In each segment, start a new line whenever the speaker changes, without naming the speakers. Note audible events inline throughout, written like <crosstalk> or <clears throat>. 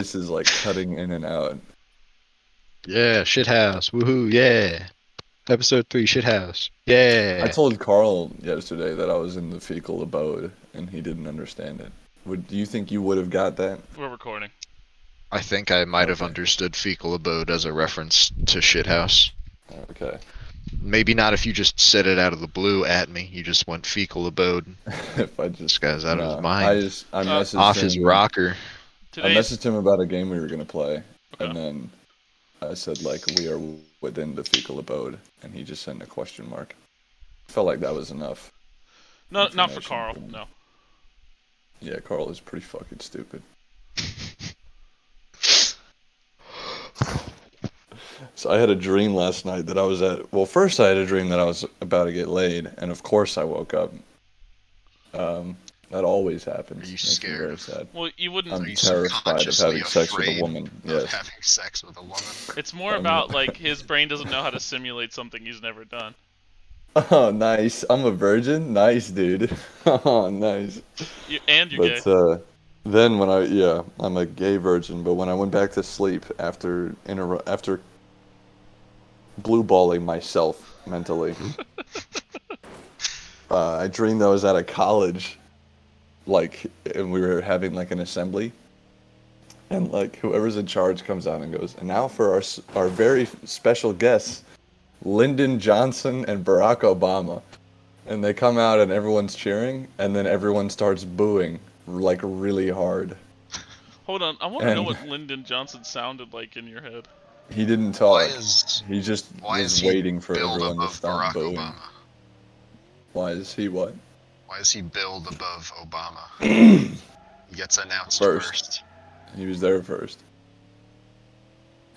This is like cutting in and out.
Yeah, shithouse. Woohoo, yeah. Episode 3, shithouse. Yeah.
I told Carl yesterday that I was in the fecal abode, and he didn't understand it. Would do you think you would have got that?
We're recording.
I think I might have
Okay.
understood fecal abode as a reference to shithouse.
Okay.
Maybe not if you just said it out of the blue at me. You just went fecal abode.
<laughs> if I
This
just
guy's out of
nah,
his
I
mind.
just I
Uh,
messaged
Off his
him-
rocker.
I
Today's
messaged him about a game we were gonna play,
Okay.
and then I said like we are within the fecal abode, and he just sent a question mark. Felt like that was enough.
no, not for
information.
Carl. No.
Yeah, Carl is pretty fucking stupid. So I had a dream last night that I was at. Well, first I had a dream that I was about to get laid, and of course I woke up. Um, that always happens.
Are you
Makes me
scared?
very sad.
Well, you wouldn't.
I'm
you
terrified of
subconsciously
having sex with
afraid
a woman.
Of
Yes.
<laughs> Having sex with a woman.
It's more
Um,
about like his brain doesn't know how to simulate something he's never done.
<laughs> Oh, nice. I'm a virgin. Nice, dude. <laughs> oh, nice.
You, and you're
But
gay.
uh, then when I yeah, I'm a gay virgin. But when I went back to sleep after inter- after blue balling myself mentally, uh, I dreamed I was at a college, like, and we were having like an assembly. And like whoever's in charge comes out and goes, and now for our s- our very special guests, Lyndon Johnson and Barack Obama and they come out and everyone's cheering and then everyone starts booing like really hard
Hold on, I want to know
and-
what Lyndon Johnson sounded like in your head.
he didn't
Why
talk
is,
he just
why
was
is he
waiting for
build
everyone to
above
stop
Barack
booing
Obama?
why is he what
Why is he billed above
<clears throat>
Obama? he gets announced
First.
first.
he was there first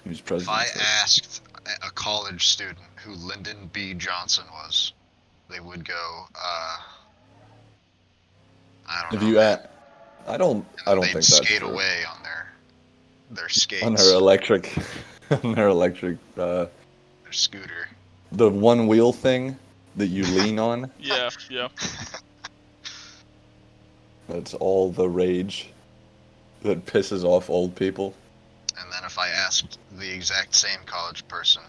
he was
If
president
I
first.
asked a a college student who Lyndon B. Johnson was, they would go, uh, I don't
if
know.
you at i don't i don't
They'd
think that's
skate
true.
away on their their skates,
on her electric <laughs> on her electric uh
their scooter.
the one wheel thing that you lean on
Yeah, yeah.
that's all the rage that pisses off old people
And then if I asked the exact same college person,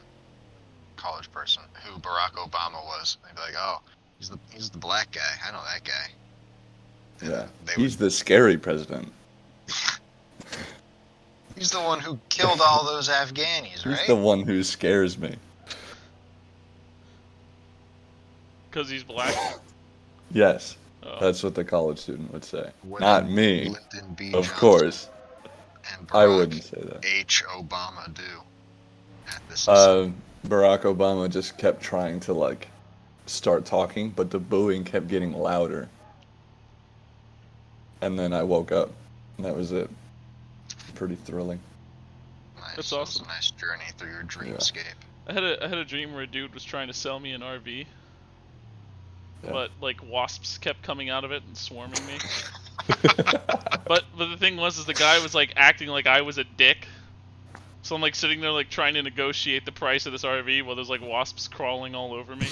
college person who Barack Obama was, they'd be like, "Oh, he's the he's the black guy. I know that guy." And
yeah
they
he's the scary president
would, he's the one who killed all those Afghanis,
He's
right?
the one who scares me.
Because he's black.
Yes,
Oh.
that's what the college student would say.
What-
Not me,
Lyndon B.
of
Johnson
course.
And Barack
I wouldn't say that.
H. Obama do at this.
Uh, Barack Obama just kept trying to like start talking, but the booing kept getting louder. And then I woke up. And that was it. Pretty thrilling.
nice,
that's
that was
awesome.
a nice journey through your dreamscape.
I had a I had a dream where a dude was trying to sell me an RV,
Yeah.
but like wasps kept coming out of it and swarming
<laughs>
me. but but the thing was, is the guy was like acting like I was a dick. So I'm like sitting there like trying to negotiate the price of this RV while there's like wasps crawling all over me.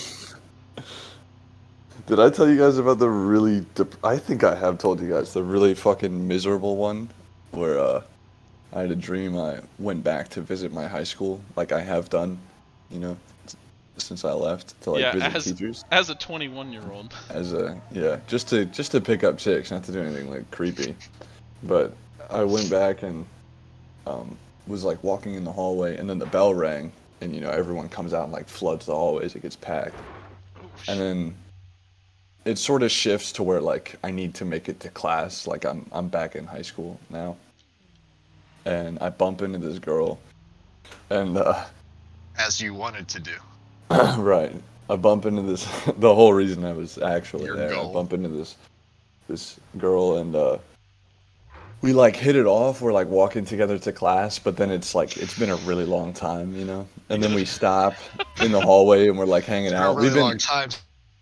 Did I tell you guys about the really? Dep- I think I have told you guys the really fucking miserable one, where uh, I had a dream I went back to visit my high school, like I have done, you know, s- since I left to <laughs> like
Yeah,
visit
as-
teachers
As a 21 year
<laughs>
old,
as a yeah, just to just to pick up chicks, not to do anything like creepy, but I went back and um, was like walking in the hallway, and then the bell rang, and you know everyone comes out and like floods the hallways, it gets packed and then it sort of shifts to where like I need to make it to class. Like I'm I'm back in high school now, and I bump into this girl, and uh,
As you wanted to do.
<laughs> right, I bump into this. <laughs> the whole reason I was actually
Your
there, I
goal.
bump into this this girl, and uh, we like hit it off. We're like walking together to class, but then it's like it's been a really long time, you know. And then we stop in the hallway, and we're like hanging
It's been
out.
a really
We've been
long time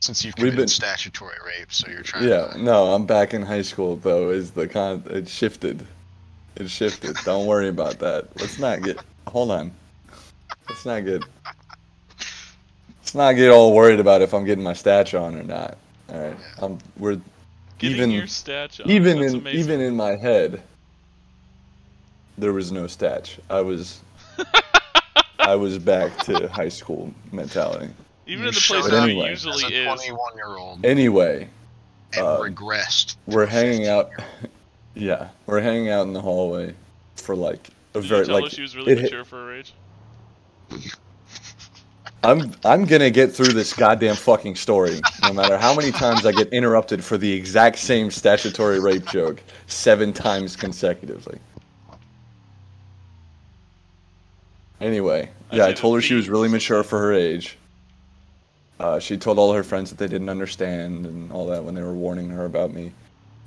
since you've
we've
committed
been-
statutory rape, so you're trying.
Yeah,
To,
no, I'm back in high school though. Is the con? It shifted. It shifted. Don't worry about that. Let's not get. Hold on. Let's not get. Let's not get all worried about if I'm getting my stature on or not. All right. I'm. We're
getting
even
your statue,
even
that's
in
amazing.
even in my head. there was no statch. I
<laughs>
was I was back to high school mentality.
Even
You
in the
showed
place that
up
it
As
as
a
usually is.
21 year old and
Anyway, um,
regressed. to
we're
a
hanging
15
out.
year old.
Yeah, we're hanging out in the hallway for like a
Did you
very
tell her
like
she was really
it hit-
mature for her age? <laughs>
I'm I'm gonna get through this goddamn fucking story, no matter how many times I get interrupted for the exact same statutory rape joke seven times consecutively. Anyway,
I
yeah,
see
I told
the
her she was
theme.
really mature for her age. Uh, she told all her friends that they didn't understand and all that when they were warning her about me,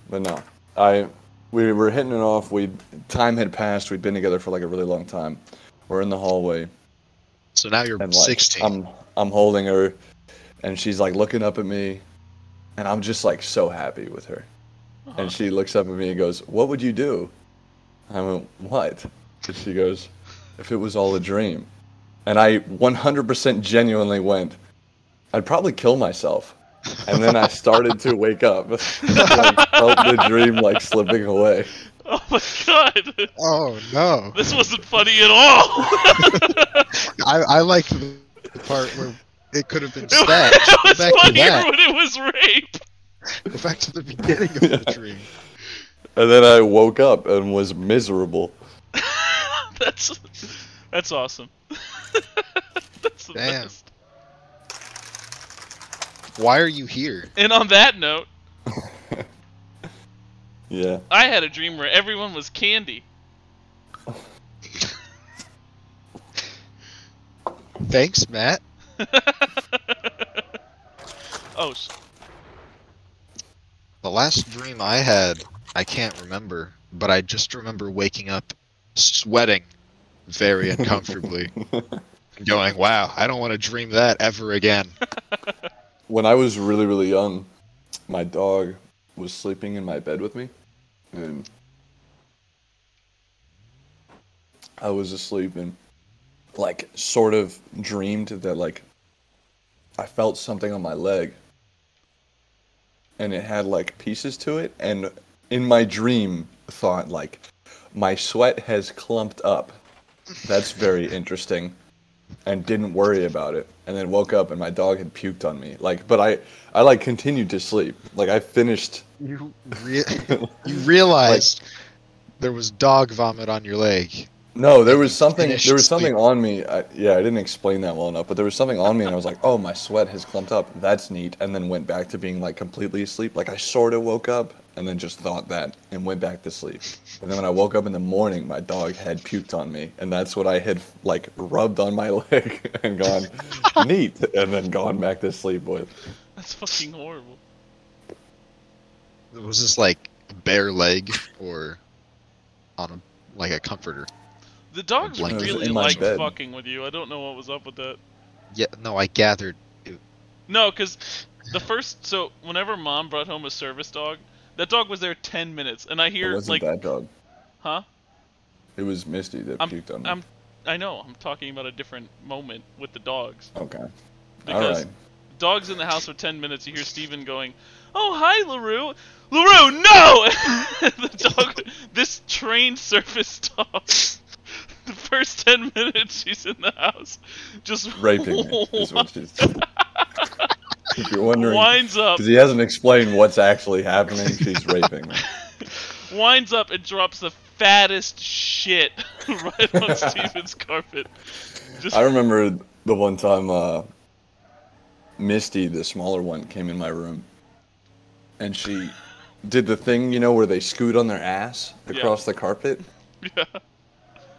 but no, I we were hitting it off. We time had passed. We'd been together for like a really long time. We're in the hallway
So now you're
and like
16.
I'm I'm holding her, and she's like looking up at me, and I'm just like so happy with her.
Uh-huh.
And she looks up at me and goes, "What would you do?" I went, "What?" And she goes, "If it was all a dream," and I 100% genuinely went, "I'd probably kill myself." And then I started to wake up, <laughs> like, felt the dream like slipping away.
Oh my god! <laughs>
Oh no!
This wasn't funny at all! <laughs>
I I liked the the part where it could have been
<laughs> It was-
stabbed.
it was
Back to
funnier
that.
when it was rape! <laughs>
Go back to the beginning of
<laughs>
the dream.
And then I woke up and was miserable.
that's that's awesome. <laughs> that's the
Damn.
best.
Why are you here?
And on that note,
Yeah.
I had a dream where everyone was candy.
Thanks, Matt.
Oh, sh-
The last dream I had, I can't remember, but I just remember waking up sweating very uncomfortably. and going, wow, I don't want to dream that ever again.
when I was really, really young, my dog was sleeping in my bed with me, and I was asleep and like sort of dreamed that like I felt something on my leg, and it had like pieces to it, and in my dream thought like my sweat has clumped up. That's very interesting and didn't worry about it and then woke up and my dog had puked on me like but i i like continued to sleep like i finished
You, rea- you realized there was dog vomit on your leg.
no there was something
Finished
there was something
sleep.
on me I, yeah i didn't explain that well enough but there was something on me and i was like oh my sweat has clumped up that's neat and then went back to being like completely asleep like i sort of woke up and then just thought that and went back to sleep and then when i woke up in the morning my dog had puked on me and that's what i had like rubbed on my <laughs> leg and gone neat and then gone back to sleep with
that's fucking horrible.
Was this like bare leg or on a like a comforter?
The dogs
Like, it was
really
in my
liked
bed.
fucking with you. I don't know what was up with that.
Yeah, no, I gathered.
No, because the first so whenever mom brought home a service dog, that dog was there ten minutes, and I
it
hear
wasn't
like,
that dog
huh?
It was Misty that
I'm-
puked on me.
I'm, I know. I'm talking about a different moment with the dogs
okay. All
because
right.
dogs in the house for ten minutes. You hear Steven going, "Oh hi, Larue, Larue, no!" <laughs> the dog, this trained service dog. <laughs> The first ten minutes she's in the house, just
Raping me is
<laughs>
what she's. if you're wondering,
winds up,
because he hasn't explained what's actually happening, she's raping me.
winds up and drops the fattest shit <laughs> right
<laughs>
on Steven's carpet. Just
I remember the one time uh, Misty, the smaller one, came in my room, and she did the thing you know where they scoot on their ass
Yeah.
across the carpet.
<laughs> yeah.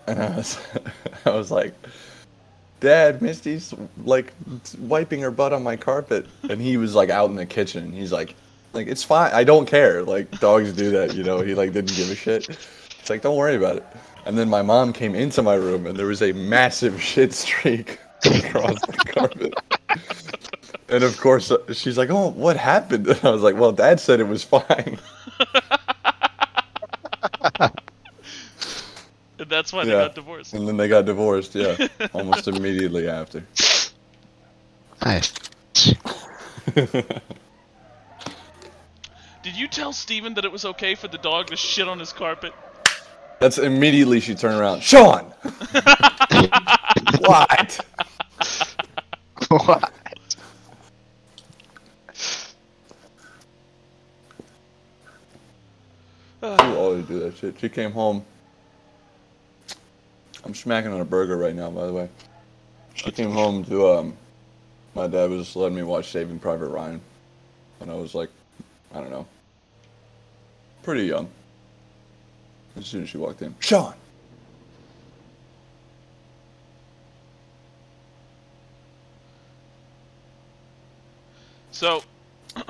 And I was, <laughs> I was like, Dad, Misty's like wiping her butt on my carpet. And he was like out in the kitchen. He's like, like it's fine. I don't care. Like dogs do that, you know. He like didn't give a shit. It's like don't worry about it. And then my mom came into my room and there was a massive <laughs> shit streak across the carpet. And of course uh, she's like, "Oh, what happened?" <laughs> And I was like, "Well, Dad said it was fine." <laughs>
And that's why they
Yeah.
got divorced.
And then they got divorced.
<laughs>
Yeah, almost immediately after.
I, <laughs>
Did you tell Steven that it was okay for the dog to shit on his carpet?
That's immediately she turned around. Sean, <laughs>
<laughs>
what?
What?
You always do that shit. She came home. I'm smacking on a burger right now, by the way. She came home to um, my dad was just letting me watch Saving Private Ryan, when I was like, I don't know, pretty young. As soon as she walked in, Sean.
So, <coughs>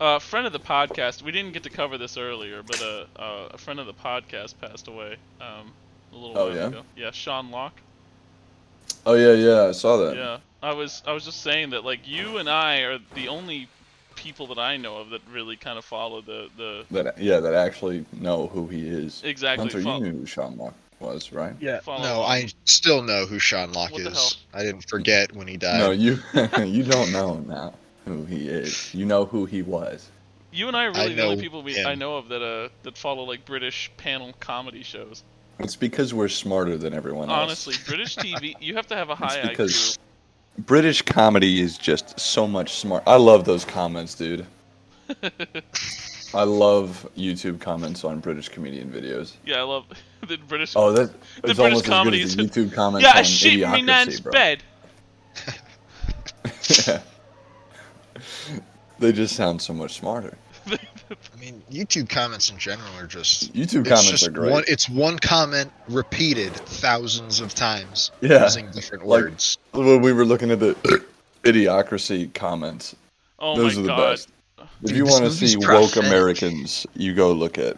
uh, friend of the podcast, we didn't get to cover this earlier, but uh, uh, a friend of the podcast passed away um, a little
Oh,
while
yeah?
ago. Yeah, Sean Locke.
Oh yeah, yeah, I saw that.
Yeah, I was I was just saying that like you and I are the only people that I know of that really kind of follow the the
That yeah, that actually know who he is.
exactly
Hunter,
fo-
you knew who Sean Locke was, right?
Yeah.
follow.
No, I still know who Sean Locke
What the hell?
is. I didn't forget when he died.
No, you <laughs> you don't know now who he is. You know who he was.
You and I are really the
know
only people we I
him.
know of that uh that follow like British panel comedy shows.
It's because we're smarter than everyone else.
Honestly,
<laughs>
British TV, you have to have a
it's
high
because British comedy is just so much smart. I love those comments,
<laughs>
dude.
IQ.
I love YouTube comments on British comedian videos.
yeah, I love <laughs> the British.
Oh, that
The
it's
British
almost as good
comedy
as the
is-
YouTube comments
<laughs> yeah, I
on
shit in my
Idiocracy,
nan's
bro.
bed. <laughs>
they just sound so much smarter.
I mean, YouTube comments in general are just.
YouTube
It's
comments
just
are great.
one. It's one comment repeated thousands of times
yeah.
using different
Like-
words.
when we were looking at the <coughs> idiocracy comments,
Oh
those
my
are the
god.
best. If
Dude,
you
this
want to
movie's
see woke
prophetic.
Americans, you go look at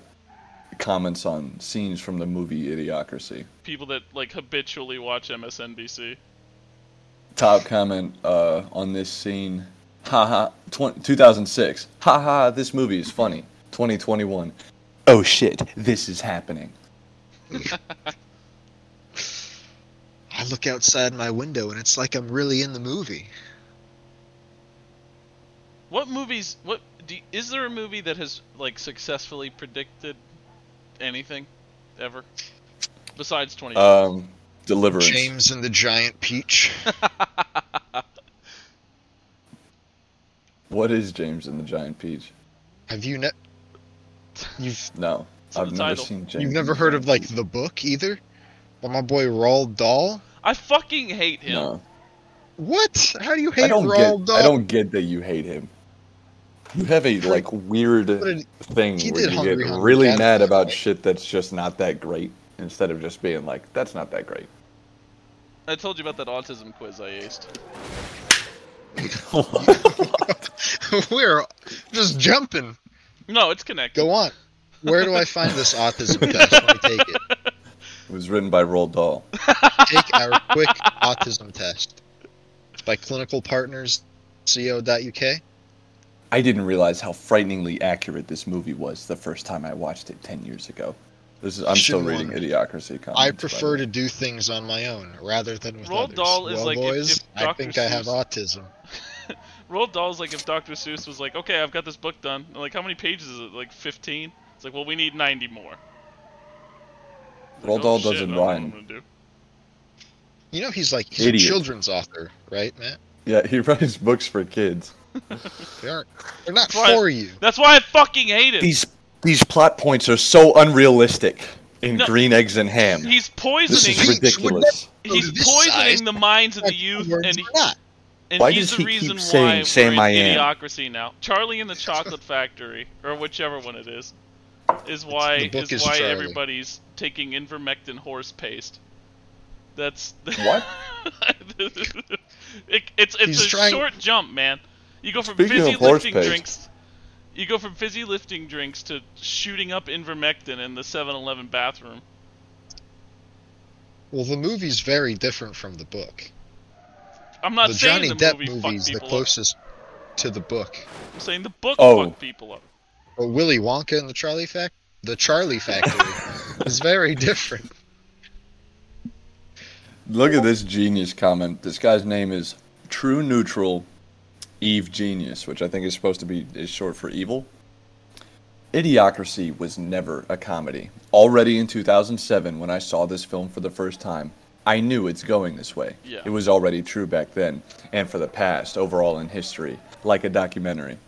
comments on scenes from the movie Idiocracy.
People that like habitually watch MSNBC.
Top comment uh, on this scene, haha, tw- 2006, haha, this movie is funny. 2021, oh shit, this is happening.
I look outside my window and it's like I'm really in the movie.
What movies? What do, is there a movie that has like successfully predicted anything ever besides 20?
Um, Deliverance.
James and the
<laughs>
Giant Peach.
What is James and the Giant Peach?
Have you ne- you've
No,
It's in
I've
the
never
title.
seen James.
you've
and
never
the
heard
Giant
of like
Peach.
the book either? By my boy Roald Dahl.
I fucking hate him.
No,
What? How do you hate
I don't
Roald
get.
Dahl? <laughs>
I don't get that you hate him. You have a like weird
What did-
thing
He
where
did
you
Hungry
get
Hungry
really
Jack's
mad about
right.
shit that's just not that great instead of just being like, that's not that great.
I told you about that autism quiz I aced.
We're just jumping.
No, it's connected.
Go on. Where do I find this autism test? Let me take it.
It was written by Roald Dahl.
Take our quick autism test. It's by clinical partners co.uk.
I didn't realize how frighteningly accurate this movie was the first time I watched it 10 years ago. This is, I'm still reading
Shouldn't want
Idiocracy. Comments,
I
by
prefer
the
to do things on my own rather than with
Roald
others.
Dahl is
well,
like if-
boys,
if
I
Dr.
think I have
Seuss-
autism.
Roald Dahl's like if Dr. Seuss was like, okay, I've got this book done. And, like, how many pages is it? Like 15? It's like, well, we need 90 more. Like,
Roald
oh,
Dahl
shit,
doesn't
I don't know what
rhyme.
I'm gonna do.
You know he's like he's
Idiot.
a children's author, right, Matt?
Yeah, he <laughs> writes books for kids.
They aren't. They're not
Right.
for you.
That's why I fucking hate him.
These these plot points are so unrealistic in
No.
Green Eggs and Ham.
He's
This
poisoning.
is
would
ridiculous.
He's
This size-
poisoning the minds of the youth,
Words
and, he,
are not.
and
Why
he's
does
the
he keep
reason
saying,
why
"Sam,
we're
I am"?
in idiocracy now. Charlie and the Chocolate Factory, or whichever one it is, is
the
why
book
is,
is
why
Charlie.
everybody's taking ivermectin horse paste. That's
What?
<laughs> it, it's it's
He's
a
trying-
short jump, man. You go from
Speaking
fizzy
of horse
lifting
paste.
drinks. You go from fizzy lifting drinks to shooting up ivermectin in the 7-Eleven bathroom.
Well, the movie's very different from the book.
I'm not
the
saying
Johnny
the
Depp
movie
movie is
fucked
the
people
closest to the book.
up. I'm saying the book
Oh.
fucked people up.
But Willy Wonka and the Charlie Fact, the Charlie Factory, is very different.
Look at this genius comment. This guy's name is True Neutral Eve Genius, which I think is supposed to be is short for evil. Idiocracy was never a comedy. Already in 2007, when I saw this film for the first time, I knew it's going this way.
Yeah.
It was already true back then, and for the past, overall in history, like a documentary.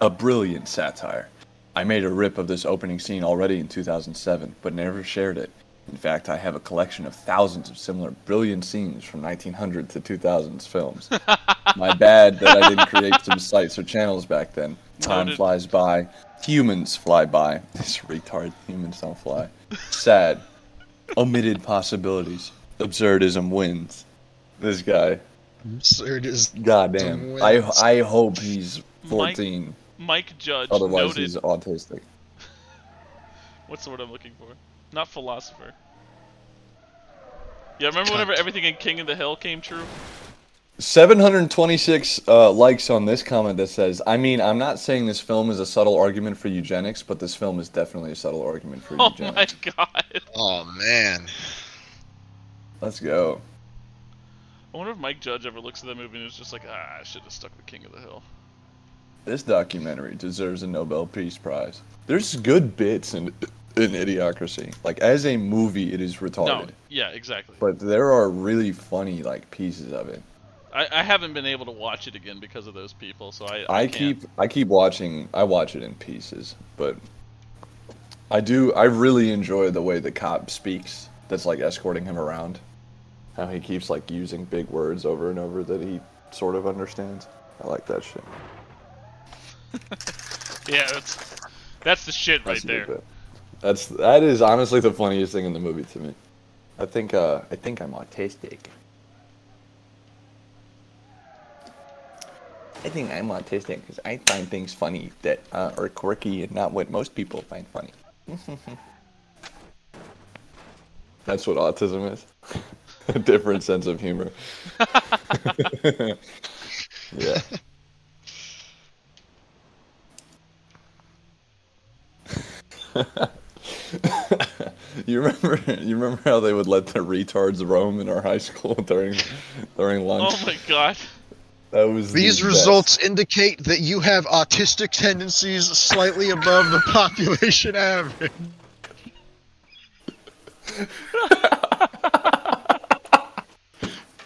A brilliant satire. I made a rip of this opening scene already in 2007, but never shared it. In fact, I have a collection of thousands of similar brilliant scenes from 1900 to 2000s
<laughs>
films. My bad that I didn't create some sites or channels back then. Time
Noted.
flies by. Humans fly by. <laughs> This retard humans don't fly. Sad. Omitted possibilities. Absurdism wins. This guy.
Absurd is
Goddamn. I I hope he's
Mike-
14.
Mike Judge
Otherwise
noted.
he's autistic.
What's the word I'm looking for? Not philosopher. Yeah, remember whenever
Cunt.
everything in King of the Hill came true?
726 uh, likes on this comment that says, I mean, I'm not saying this film is a subtle argument for eugenics, but this film is definitely a subtle argument for
<laughs> Oh my
eugenics.
god.
Oh man.
Let's go.
I wonder if Mike Judge ever looks at that movie and is just like, ah, I should have stuck with King of the Hill.
This documentary deserves a Nobel Peace Prize. There's good bits in, in Idiocracy. Like, as a movie, it is retarded.
No, yeah, exactly.
Oh, But there are really funny, like, pieces of it.
I, I haven't been able to watch it again because of those people, so I
I
can't.
keep I keep watching I watch it in pieces, but I do I really enjoy the way the cop speaks that's like escorting him around. How he keeps like using big words over and over that he sort of understands. I like that shit.
Yeah, that's that's the shit right
That's a good
there.
bit. That's that is honestly the funniest thing in the movie to me. I think uh I think I'm autistic. I think I'm autistic because I find things funny that uh, are quirky and not what most people find funny. That's what autism is. <laughs> A different sense of humor. <laughs> yeah. <laughs> you remember you remember how they would let the retards roam in our high school <laughs> during during lunch?
Oh my god.
That was the
These
best.
results indicate that you have autistic tendencies slightly above the <laughs> population average.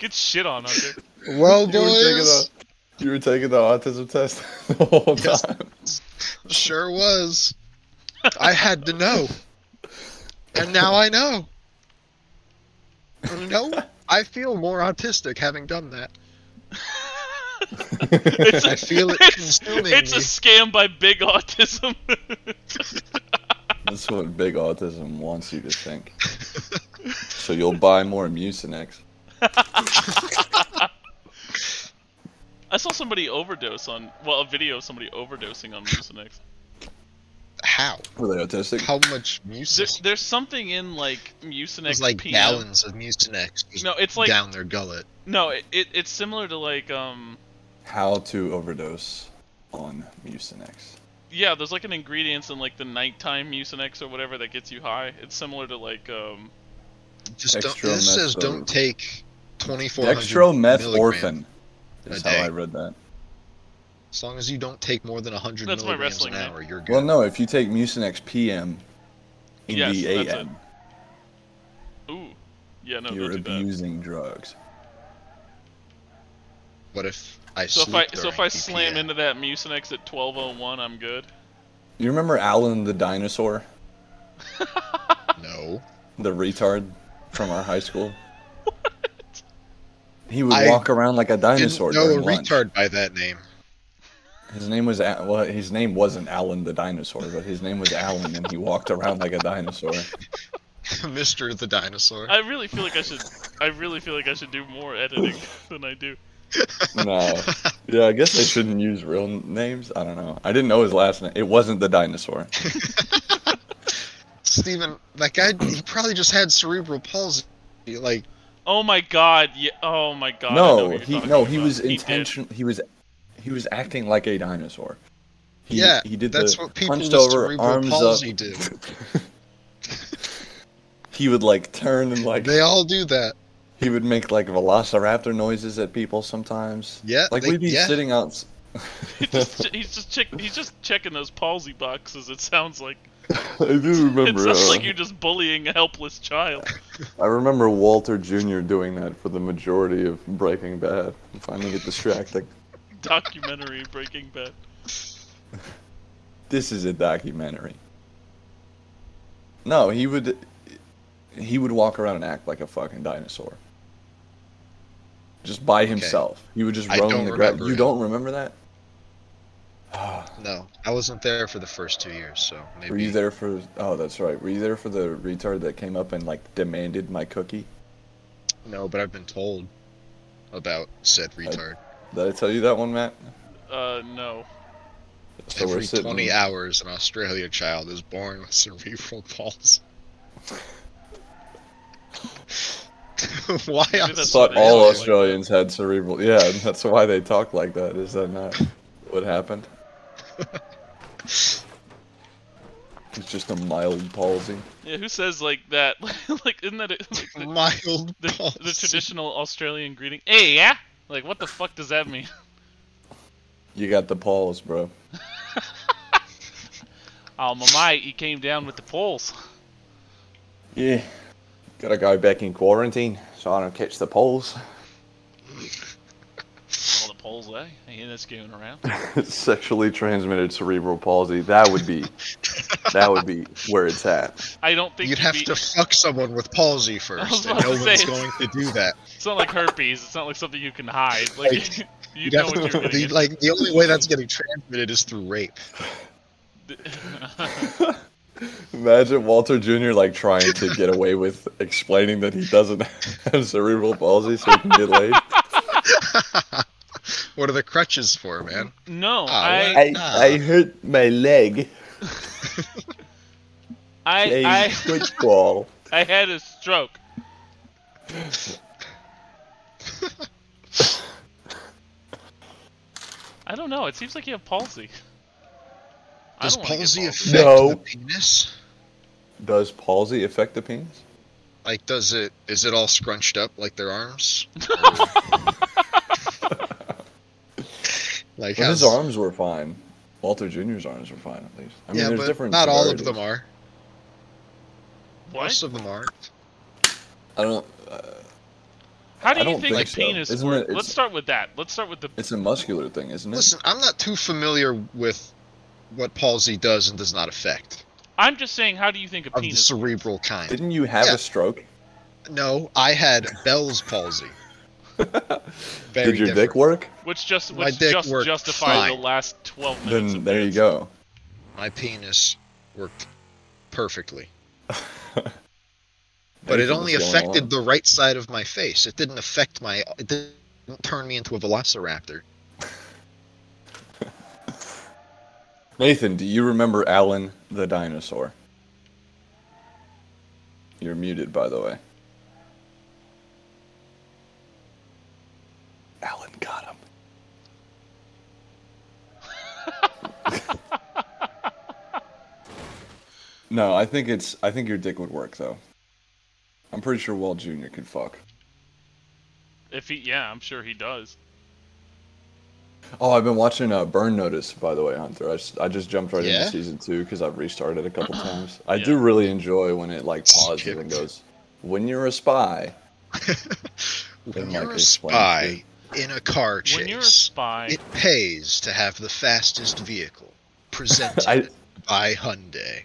Get shit on, Hunter.
<laughs>
Well,
You were taking the
boys,
you were taking the autism test <laughs> the whole
Yes.
time.
sure was. I had to know. And now I know. And You know, I feel more autistic having done that.
<laughs> It's
I feel it
it's,
consuming
it's a
me.
scam by big autism. <laughs>
That's what big autism wants you to think. so you'll buy more Mucinex.
I saw somebody overdose on well, a video of somebody overdosing on
<laughs>
Mucinex.
How?
Were they autistic?
How much
There,
mucinex?
there's something in like Mucinex
It's like
peanut.
gallons of mucinex just
No, it's like
down their gullet.
no, it, it it's similar to like um
How to overdose on Mucinex?
yeah, there's like an ingredients in like the nighttime Mucinex or whatever that gets you high. It's similar to like um
Just don't,
Extra
this says
methadone.
don't take 2400 milligrams.
Dextromethorphan is
a
how I
day.
read that.
As long as you don't take more than 100
That's my
milligrams
wrestling
an
name.
hour, you're good.
Well, no, if you take Mucinex PM in
Yes,
the
that's
AM,
ooh yeah no
you're
don't do that.
abusing drugs.
What if I
So if I
sleep
so if
during
I slam
PPM?
into that Mucinex at 12:01, I'm good.
You remember Alan the dinosaur,
No.
the retard from our high
<laughs>
school? He would
I
walk around like a dinosaur.
Didn't know a
during lunch.
retard by that name. <laughs>
His name was Al- well, his name wasn't Alan the dinosaur, but his name was Alan, and he walked around like a dinosaur.
Mr. the Dinosaur.
I really feel like I should I really feel like I should do more editing <laughs> than I do.
No, yeah, I guess they shouldn't use real names. I don't know. I didn't know his last name. It wasn't the dinosaur.
Steven, that guy, he probably just had cerebral palsy. Like,
Oh my god. Yeah, oh my god. I
no,
know what you're
he
talking
no he
about.
was
did.
intentional. He, was he was acting like a dinosaur. He,
yeah,
he did
that's
the
what people
hunched
with
over,
cerebral
arms up.
palsy do.
He would like turn and like
They all do that.
he would make like velociraptor noises at people sometimes.
Yeah,
Like
they-
we'd be
yeah.
sitting out <laughs>
He just, he's just check, he's just checking those palsy boxes. It sounds
<laughs>
like
I do
it
remember.
sounds
uh,
like you're just bullying a helpless child. <laughs>
I remember Walter Jr. doing that for the majority of Breaking Bad. I finally get distracted.
Documentary Breaking Bad.
this is a documentary. No, he would he would walk around and act like a fucking dinosaur. Just by himself. He would just
I
roam
don't
the ground.
remember
You
him.
don't remember that?
No, I wasn't there for the first two years, so maybe.
Were you there for Oh, that's right. Were you there for the retard that came up and like demanded my cookie?
No, but I've been told about said retard.
Did I tell you that one, Matt?
Uh, no.
So
Every 20 hours, an Australia child is born with cerebral palsy. <laughs> Why?
Maybe that's
thought
what they
all
look like.
Australians had cerebral. Yeah, and that's why they talk like that. Is that not what
<laughs>
happened? it's just a mild palsy.
Yeah, who says like that? <laughs> like, isn't that a, like
Aus-
the,
mild <laughs>
the, the
palsy.
traditional Australian greeting? Hey, yeah. Like, what the fuck does that mean? <laughs>
You got the paws, bro.
Oh, my mate, he came down with the poles.
Yeah. Gotta go back in quarantine so I don't catch the poles.
All the poles, eh? I hear that's going around.
<laughs> Sexually transmitted cerebral palsy. That would be. that would be where it's at.
I don't think
You'd
you'd
have
be-
to fuck someone with
<laughs>
palsy first, and
about
no
to
one's
say.
going to do that.
It's not like herpes. It's not like something you can hide. Like,
Like,
<laughs> you,
You'd
know
have
what you're
to-
gonna
the-
get.
like the only way that's getting transmitted is through rape.
Imagine Walter Jr. like trying to get away with explaining that he doesn't <laughs> have cerebral palsy so he can get laid.
What are the crutches for, man?
<laughs> no,
Ah,
I,
well.
I, I hurt my leg playing
I,
football.
I, I had a stroke. I don't know. It seems like you have palsy. I
Does
don't wanna get
palsy affect
No.
the penis?
Does palsy affect the penis?
Like, does it? Is it all scrunched up like
<laughs>
their arms? like
Well, his
how's-
arms were fine. Walter Jr.'s arms were fine, at least. I mean,
yeah,
there's
but
different.
not all of
severities.
them are.
What?
Most of them aren't.
I don't. uh,
How do
I
you
don't
think,
think
a
so.
penis
Isn't
works?
it- it's-
Let's start with that. Let's start with the.
It's a muscular thing, isn't it?
Listen, I'm not too familiar with what palsy does and does not affect
I'm just saying. How do you think a
of the
penis?
cerebral kind.
Didn't you have
Yeah.
a stroke?
No, I had
<laughs>
Bell's palsy. Very
Did your dick
different.
work?
Which just
My
which
dick
just
worked
justified the
fine.
last 12 minutes.
Then
of
there you
this.
go.
My penis worked perfectly. But it
Everything
only
was going
affected
on.
the right side of my face. It didn't affect my. It didn't turn me into a velociraptor.
Nathan, do you remember Alan the dinosaur? You're muted, by the way. Alan got him. <laughs> no, I think it's. I think your dick would work though. I'm pretty sure Walt Jr. could fuck.
If he, yeah, I'm sure he does.
Oh, I've been watching uh, Burn Notice, by the way, Hunter. I, s- I just jumped right
Yeah? Uh-huh.
into season two because I've restarted a couple times. I
Yeah.
do really enjoy when it like pauses and
Skipped.
goes, "When you're a spy." <laughs>
When
might
you're
be
a
explained,
spy in a car chase,
When you're a spy,
it pays to have the fastest vehicle <laughs> presented
I
by Hyundai.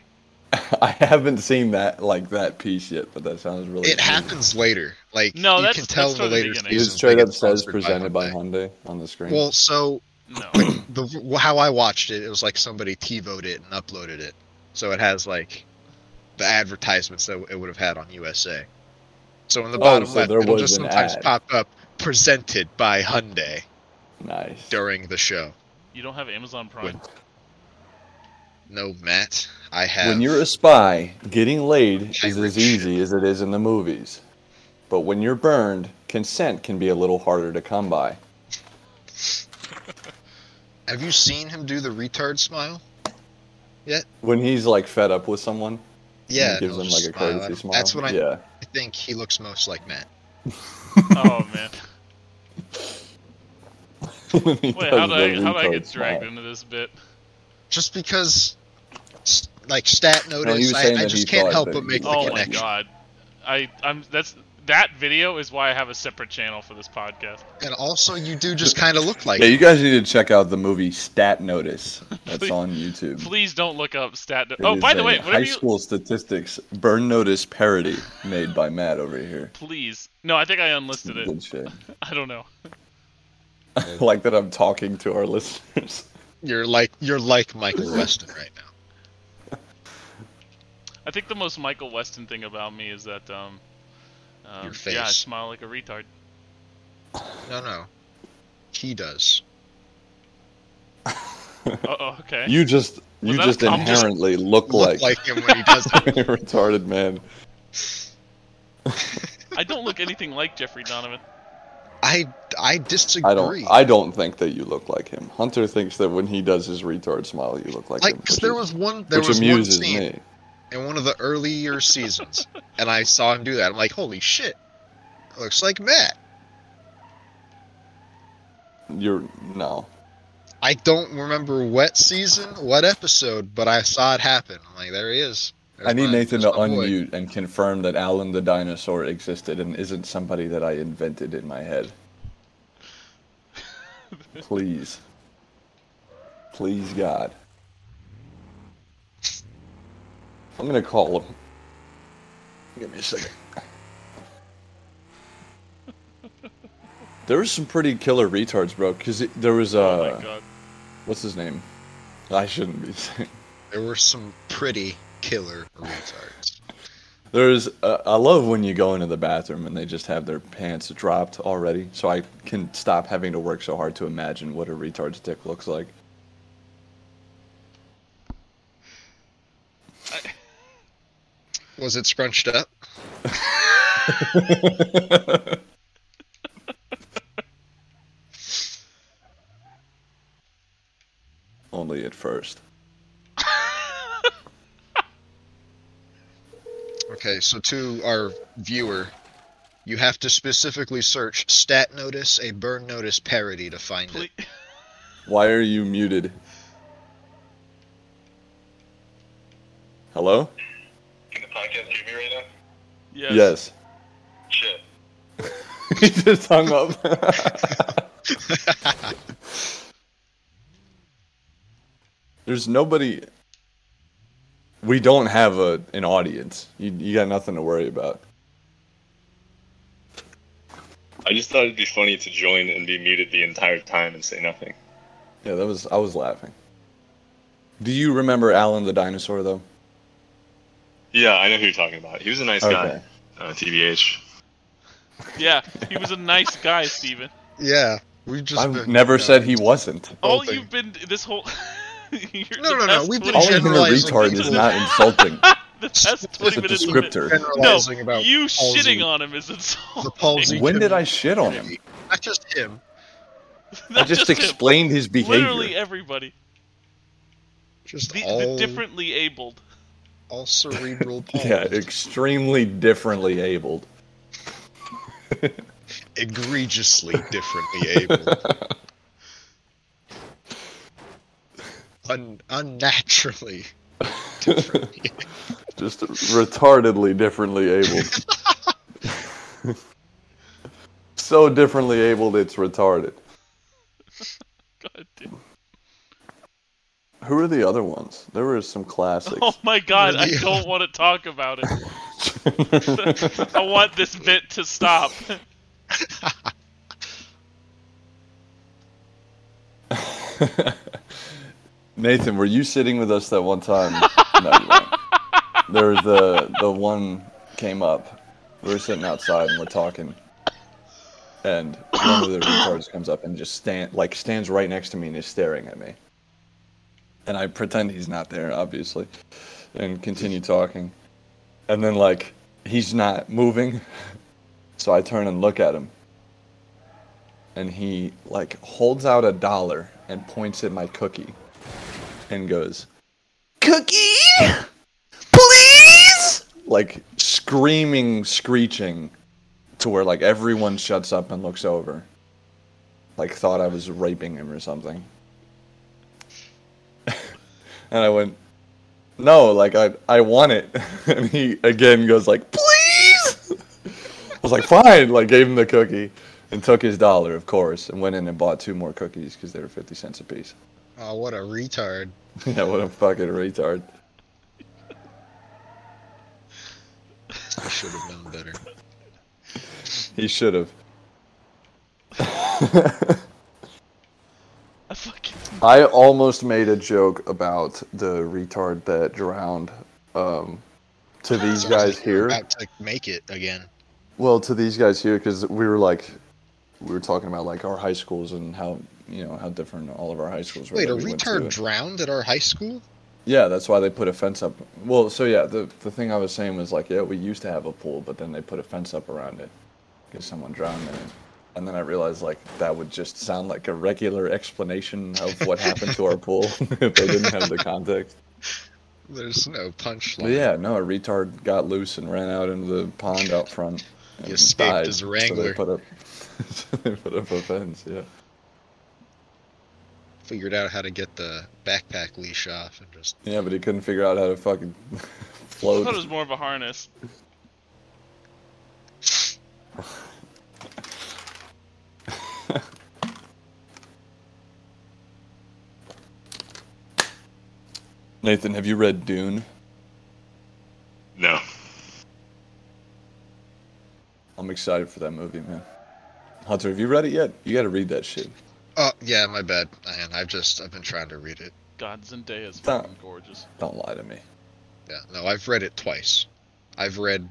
I haven't seen that like that piece yet, but that sounds really.
It happens later. Like
No,
you
that's-
can
that's
tell
toward
in
the
the later
beginning.
It
seasons they
straight
get
up says
sponsored by
presented by
Hyundai.
Hyundai on the screen.
Well, so
no.
<clears throat>
the how I watched it, it was like somebody TiVoed it and uploaded it, so it has like the advertisements that it would have had on USA. So in the
Oh,
bottom
so
left,
there
it'll
was
just
an
sometimes
ad.
pop up presented by Hyundai
nice.
during the show.
You don't have Amazon Prime.
No, Matt, I have.
When you're a spy, getting laid is
Pirate
as easy as it is in the movies. But when you're burned, consent can be a little harder to come by.
have you seen him do the retard smile?
When he's like fed up with someone, and
Yeah,
he gives
he'll
them
just
like a
smile at
courtesy
him.
smile.
That's what I
Yeah.
think he looks most like Matt.
oh man.
when <laughs> he
<laughs> Wait,
does
how did I
the
how did I
retard
get dragged
smile.
into this bit?
Just because
S- Like stat notice,
was saying
I, I
that he
just can't
thought
help
that
but
he-
make the
Oh my
connection.
god, I I'm that's that video is why I have a separate channel for this podcast.
And also, you do
<laughs>
just kind of look like
Yeah, you guys need to check out the movie Stat
<laughs>
Notice. That's
Please-
on YouTube.
Please don't look up stat.
It
oh,
is
by the
a
way,
high
whatever you
school statistics burn notice parody made by Matt over
<laughs>
here.
please. No, I think I unlisted it.
Good shit. <laughs>
I don't know.
I like that I'm talking to our listeners.
you're like you're like Michael Weston right now.
I think the most Michael Weston thing about me is that um, um
Your
yeah, I
face.
smile like
<laughs>
a retard.
No, no.
he does.
Oh, oh okay.
You just
Was
you
that a
just
compliment?
inherently look
Look
like,
like him when he
<laughs>
does it.
a retarded man.
I don't look anything like Jeffrey Donovan.
Uh,
I I disagree.
I don't I don't think that you look like him. Hunter thinks that when he does his retard smile you look like,
like
him.
'cause
which
there
is-
was one there
which
was one
amuses
scene
me.
in one of the earlier seasons, and I saw him do that. I'm like, holy shit, looks like Matt.
You're no.
I don't remember what season, what episode, but I saw it happen. I'm like, there he is. There's
I need
my-
Nathan to
there's my boy.
unmute and confirm that Alan the dinosaur existed and isn't somebody that I invented in my head. Please. Please, God. I'm going to call him. Give me a second. There was some pretty killer retards, bro, because there was, uh,
Oh my god. <laughs>
what's his name? I shouldn't be saying.
There were some pretty killer retards.
There's, uh, I love when you go into the bathroom and they just have their pants dropped already, so I can stop having to work so hard to imagine what a retard's dick looks like.
Was it scrunched up?
Only at first.
Okay, so to our viewer, you have to specifically search "stat notice" a burn notice parody to find
Please.
it.
Why are you muted? Hello?
Can the podcast hear me right now?
Yes.
Shit.
Yes. <laughs> he just hung up. There's nobody. We don't have a an audience. You, you got nothing to worry about.
I just thought it'd be funny to join and be muted the entire time and say nothing.
Yeah, that was I was laughing. Do you remember Alan the dinosaur though?
Yeah, I know who you're talking about. He was a nice guy. Uh, TBH.
Yeah, he was a nice
<laughs>
guy, Steven.
Yeah, we've just.
I've
been- uh,
never
no.
said he wasn't.
All
thing.
you've been this whole. <laughs> You're
No,
the
no, no,
best
we've been
20
Calling him a
generalizing
retard
things
is
is-
not insulting.
the best
It's
twenty
a
minutes. of it.
descriptor.
No,
generalizing about
you
palsy.
shitting on him is insulting.
the
<laughs>
palsy.
When did I shit on him?
community. Not just him.
I
Not
just
him.
explained his
Literally
behavior.
everybody.
Just
The,
all
the differently abled.
all
<laughs>
cerebral palsy.
Yeah, extremely differently abled.
egregiously
<laughs>
differently able. Un- unnaturally. differently.
Just retardedly differently abled. so differently abled it's retarded.
God damn.
Who are the other ones? There were some classics.
Oh my god, I
Really?
don't want to
<laughs>
talk about it. <laughs> I want this bit to stop. <laughs>
Nathan, were you sitting with us that one time? no, you weren't. There was the the one came up. We were sitting outside and we're talking, and one of the retards comes up and just stand like stands right next to me and is staring at me. And I pretend he's not there, obviously, and continue talking. And then like he's not moving, <laughs> so I turn and look at him, and he like holds out a dollar and points at my cookie and goes, Cookie, please! Like screaming, screeching to where like everyone shuts up and looks over. like thought I was raping him or something. <laughs> and I went, no, like I I want it. <laughs> and he again goes like, please. I was like, fine. Like gave him the cookie and took his dollar, of course, and went in and bought two more cookies because they were fifty cents apiece.
Oh, what a retard.
<laughs> yeah, what a fucking retard.
I should have known better.
He should have.
I fucking
I almost made a joke about the retard that drowned. Um, to these
Sounds Ah, like
guys
you're
here,
About to make it again.
Well, to these guys here, because we were like, we were talking about like our high schools and how you know how different all of our high schools were.
Wait, a
that we went
retard
to.
drowned at our high school?
Yeah, that's why they put a fence up. Well, so yeah, the the thing I was saying was like, yeah, we used to have a pool, but then they put a fence up around it because someone drowned in it. And then I realized like that would just sound like a regular explanation of what happened to our pool <laughs> if they didn't have the context.
There's no punchline.
But yeah, no, a retard got loose and ran out into the pond out front. And
He escaped
died,
as a
so they
wrangler.
put up- <laughs> so they put up a fence. Yeah.
Figured out how to get the backpack leash off and just
Yeah, but he couldn't figure out how to fucking <laughs>
I thought it was
float.
more of a harness.
Nathan, have you read Dune?
No.
I'm excited for that movie, man. Hunter, have you read it yet? You got to read that shit.
Oh yeah, my bad. And I've just I've been trying to read it.
God, Zendaya is
Stop.
fucking gorgeous.
Don't lie to me.
Yeah, no, I've read it twice. I've read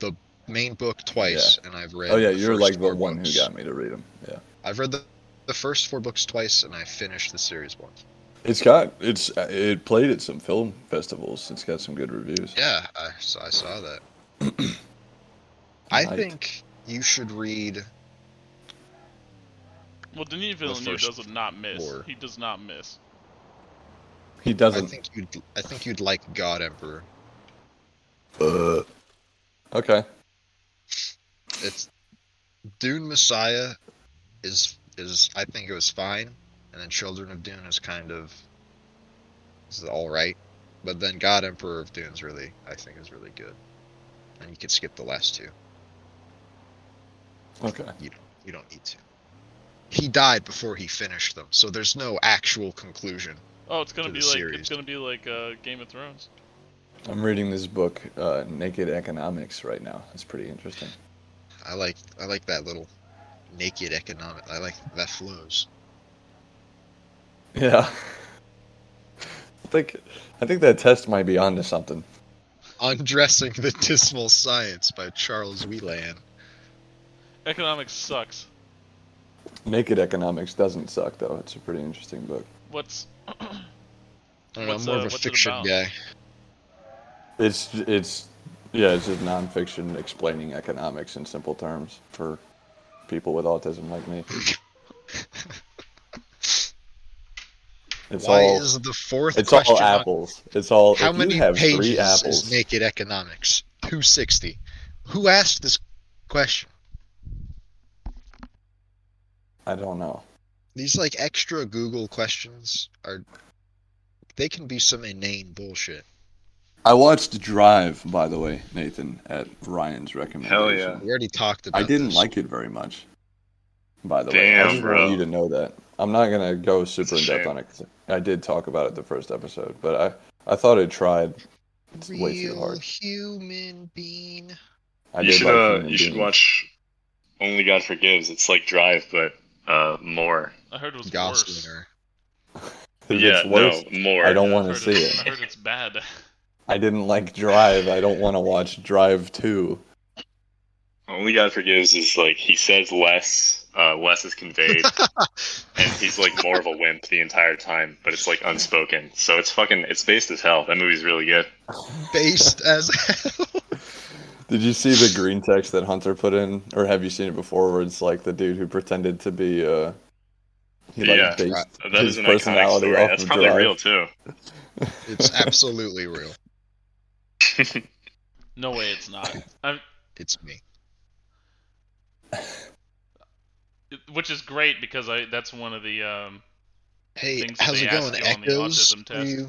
the main book twice, and I've read.
oh yeah,
the
you're
first
like the
four
one who
books.
got me to read them. Yeah,
I've read the the first four books twice, and I finished the series once.
it's got it's it played at some film festivals. It's got some good reviews.
Yeah, I saw, I saw
<clears throat>
that. I
Right.
think you should read.
Well, Denis
The
Villeneuve
first
does not miss.
four.
He does not miss.
He
I
doesn't.
think you'd I think you'd like God Emperor.
Uh, okay.
It's Dune Messiah is is I think it was fine, and then Children of Dune is kind of is all right, but then God Emperor of Dune's really I think is really good, and you could skip the last two.
Okay.
You don't need to. He died before he finished them, so there's no actual conclusion.
Oh, it's gonna
To
be
the
like
series.
it's gonna be like uh, Game of Thrones.
I'm reading this book, uh, Naked Economics, right now. It's pretty interesting. <laughs>
I like I like that little naked economic. I like that flows.
Yeah. I think I think that test might be onto something.
Undressing the Dismal Science by Charles Whelan.
Economics sucks.
Naked Economics doesn't suck though. It's a pretty interesting book.
What's
I don't know, I'm
What's,
more
uh,
of a
what's it
fiction
about?
guy.
It's it's yeah, it's just nonfiction explaining economics in simple terms for people with autism like
<laughs>
me. It's
Why
all
is the fourth
it's
question
all
on-
apples. It's all
how
if
many
you have
pages
three
is
apples.
Naked Economics? 260. Who asked this question?
I don't know.
These like extra Google questions are they can be some inane bullshit.
I watched Drive, by the way, Nathan, at Ryan's recommendation.
Hell yeah.
We already talked about
I didn't
this.
like it very much. By the way,
Damn,
I just
bro.
want you to know that. I'm not gonna go super
a
in depth
shame.
on it 'cause I did talk about it the first episode, but I I thought it tried. It's
Real
way too hard.
human being.
I
you
did
should
like
uh,
Human
you should
Beings.
watch Only God Forgives. It's like Drive, but uh, more.
I heard it was worse.
Goslinger.
If
yeah,
it's worse,
no, more.
I don't
I
want to
heard,
see
it's,
it.
I heard it's bad. <laughs>
I didn't like Drive. I don't want to watch Drive Two.
Only God Forgives is like he says less, uh, less is conveyed, and he's like more of a wimp the entire time, but it's like unspoken. So it's fucking it's based as hell. That movie's really good.
<laughs>
Based as <laughs> hell.
Did you see the green text that Hunter put in, or have you seen it before? Where it's like the dude who pretended to be uh, he like
Yeah,
based
That
his
is an iconic
personality
story.
off
That's
of
probably
Drive.
real too. <laughs>
It's absolutely real.
No way, it's not. I'm,
It's me.
it- which is great because I that's one of the um,
Hey,
things that
how's
they
it
ask
going?
you on the
Echoes?
autism
for
test.
You,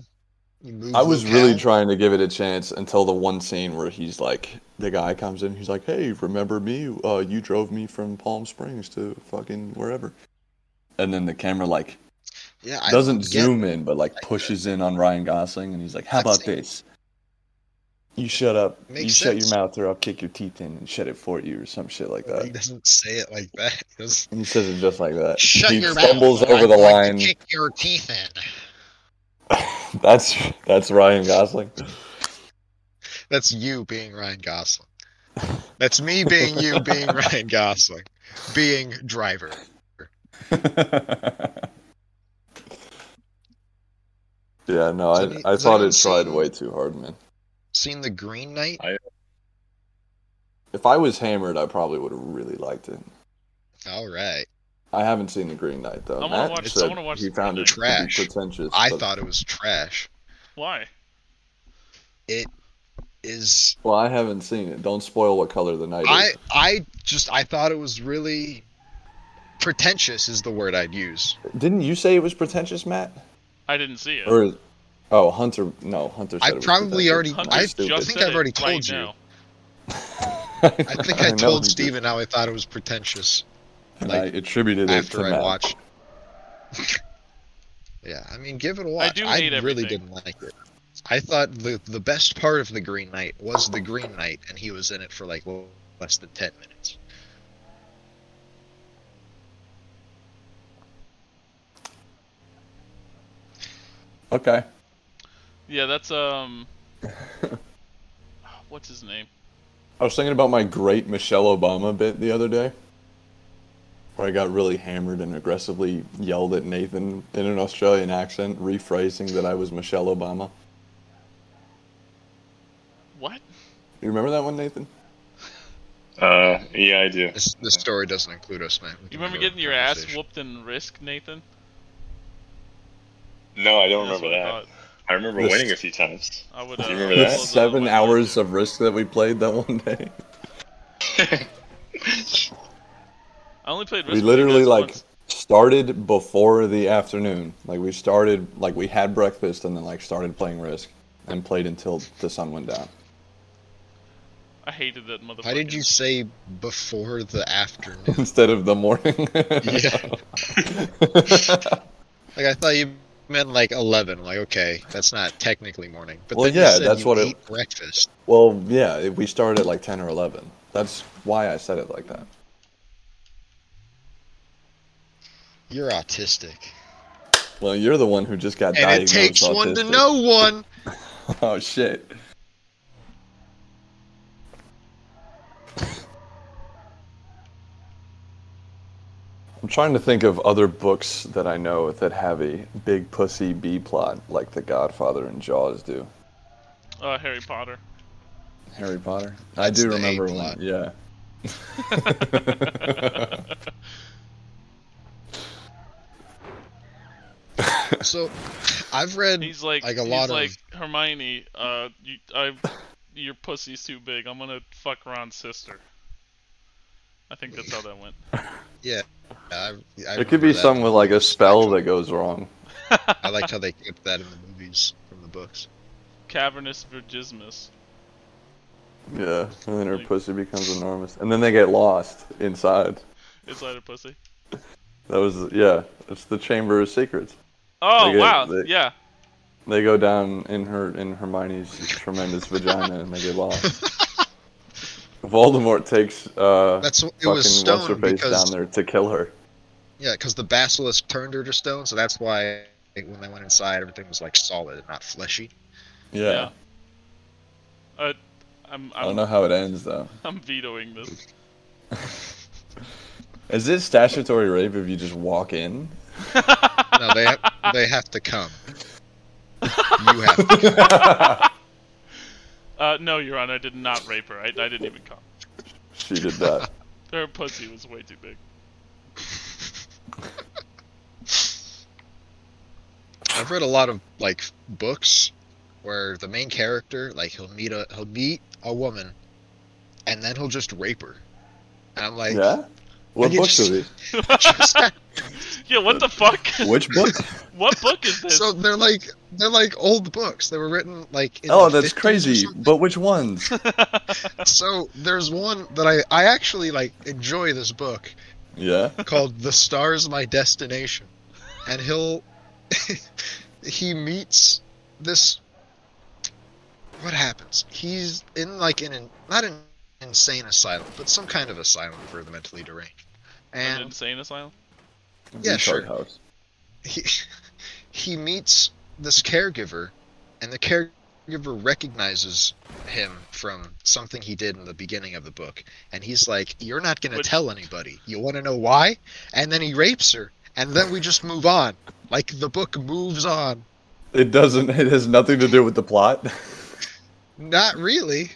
you moved
I was
locale?
really trying to give it a chance until the one scene where he's like, the guy comes in, he's like, "Hey, remember me? Uh, you drove me from Palm Springs to fucking wherever." And then the camera like
Yeah, I
doesn't
get-
zoom in, but like
I get
pushes in on Ryan Gosling, and he's like, "How
I've
about
seen-
this? You shut up.
Makes
you shut
sense.
your mouth, or I'll kick your teeth in and shut it for you, or some shit like
He
that."
doesn't say it like that. He
<laughs>
goes,
And he says it just like that.
Shut
he
your mouth.
stumbles
or
over
I'm
the
going to
line.
Kick your teeth in.
that's that's Ryan Gosling.
That's you being Ryan Gosling. That's me being you
<laughs>
being Ryan Gosling, being driver.
yeah, <laughs> no,
Has any-
I, I
has
thought
anyone
it tried
seen-
way too hard, man.
Seen the Green Knight?
If I was hammered, I probably would have really liked it.
All right.
I haven't seen The Green Knight though.
I wanna
Matt
watch- I
said
wanna watch
he
The
found
Green
it to be
Knight. Trash.
pretentious.
I
but-
thought it was trash.
why?
Is
Well, I haven't seen it. Don't spoil what color the night
I
is.
I just I thought it was really pretentious is the word I'd use.
Didn't you say it was pretentious, Matt?
I didn't see it.
Or is- oh, Hunter? No, Hunter. Said
I
it was
probably already-
pretentious.
Hunter
I'm <laughs> stupid.
I
just <laughs>
think
said
I've already
it right
told you.
now.
I think
<laughs> I
I,
know you
told
did.
Steven how I thought it was pretentious
And
like,
I attributed it
after
to
I
Matt.
watched. <laughs> yeah, I mean, give it a watch.
do
I
hate
really
everything.
didn't like it. I thought the the best part of the Green Knight was the Green Knight, and he was in it for like well, less than ten minutes.
Okay.
Yeah, that's um, what's his name?
I was thinking about my great Michelle Obama bit the other day, where I got really hammered and aggressively yelled at Nathan in an Australian accent, rephrasing that I was Michelle Obama.
What?
You remember that one, Nathan?
Uh, yeah, I do.
This this story doesn't include us, man.
You remember getting your ass whooped in Risk, Nathan?
No, I don't
That's
remember
what I
that.
thought.
I remember
This-
winning a few times.
I would. Uh,
You remember
The
that?
upload on
seven
my
hours
YouTube.
of Risk that we played that one day.
I only played Risk.
we
with you
literally
guys
like
once.
started before the afternoon. Like we started, like we had breakfast and then like started playing Risk and played until the sun went down. <laughs>
I hated that motherfucker.
Why did you say before the
<laughs>
afternoon? <laughs>
Instead of the morning. <laughs>
yeah. Like I thought you meant like eleven. Like okay, that's not technically morning. But
Well,
then you
yeah,
said
that's
you
what it-
ate breakfast.
Well, yeah, it- we started at like 10 or 11. That's why I said it like that.
You're autistic.
Well, you're the one who just got
And it
diagnosed
takes one to
autistic.
know one.
<laughs> Oh shit. I'm trying to think of other books that I know that have a big pussy B plot like The Godfather and Jaws do.
Uh, Harry Potter.
Harry Potter. I
That's
do
the A
remember
plot.
one.
<laughs>
Yeah.
So I've read
He's like,
Like a
he's
lot of-
like Hermione. Uh, you, I, your pussy's too big. I'm gonna fuck Ron's sister. I think that's how that went.
yeah. I've, I
It could be
remember that.
something with like a spell that goes wrong.
I liked how they kept that in the movies from the books.
Cavernous Virgismus.
Yeah, and then her
Like-
pussy becomes enormous, and then they get lost inside.
Inside a pussy.
That was yeah, it's the Chamber of Secrets.
Oh
They get-
wow!
they-
Yeah.
They go down in her in Hermione's tremendous vagina, and they get lost.
<laughs>
Voldemort takes uh,
That's it
fucking
was
what's her
stone
face down
because
there to kill her.
yeah, because the basilisk turned her to stone. So that's why when they went inside, everything was like solid and not fleshy.
Yeah,
Yeah. Uh, I'm
I don't
I'm,
know how it ends though.
I'm vetoing this.
Is it statutory rape if you just walk <laughs> in?
No, they have, they have to come. You have to.
Uh, no, Your Honor, I did not rape her. I, I didn't even come.
She did that.
Her pussy was way too big. <laughs>
I've read a lot of like books where the main character like he'll meet a he'll meet a woman and then he'll just rape her. And I'm <laughs> like
yeah, What
you
books
just-
are these?
yeah, what the fuck?
<laughs>
<laughs>
Which books?
what book is this?
So they're like they're like old books. They were written like in
oh,
the
that's
50s or
crazy.
something.
But which
<laughs>
ones?
So there's one that I I actually like enjoy this book
Yeah.
called "The Stars My Destination," and he'll <laughs> he meets this. What happens? He's in like in an not an insane asylum, but some kind of asylum for the mentally deranged,
An
and
insane asylum.
Yeah,
Retard
sure.
House.
he <laughs> he meets this caregiver, and the caregiver recognizes him from something he did in the beginning of the book, and he's like, "You're not gonna
Which-
tell anybody. You want to know why?" And then he rapes her, and then we just move on. Like the book moves on.
It doesn't. <laughs> It has nothing to do with the plot.
Not really.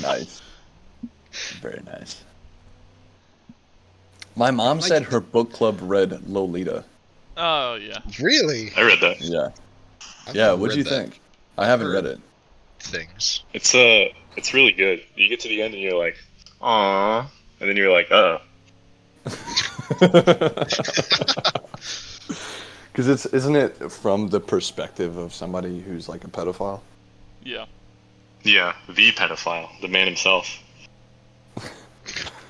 nice. Very nice. My mom
Like-
said her book club read Lolita.
Oh yeah.
Really.
I read that.
Yeah.
I've
Yeah.
never
What do
read
you
that
think? I haven't
heard-
read it.
Things.
It's uh, it's really good. You get to the end and you're like, "Aw," and then you're like, "Oh,
<laughs> Because it's isn't it from the perspective of somebody who's like a pedophile?
Yeah.
yeah, the pedophile, the man himself."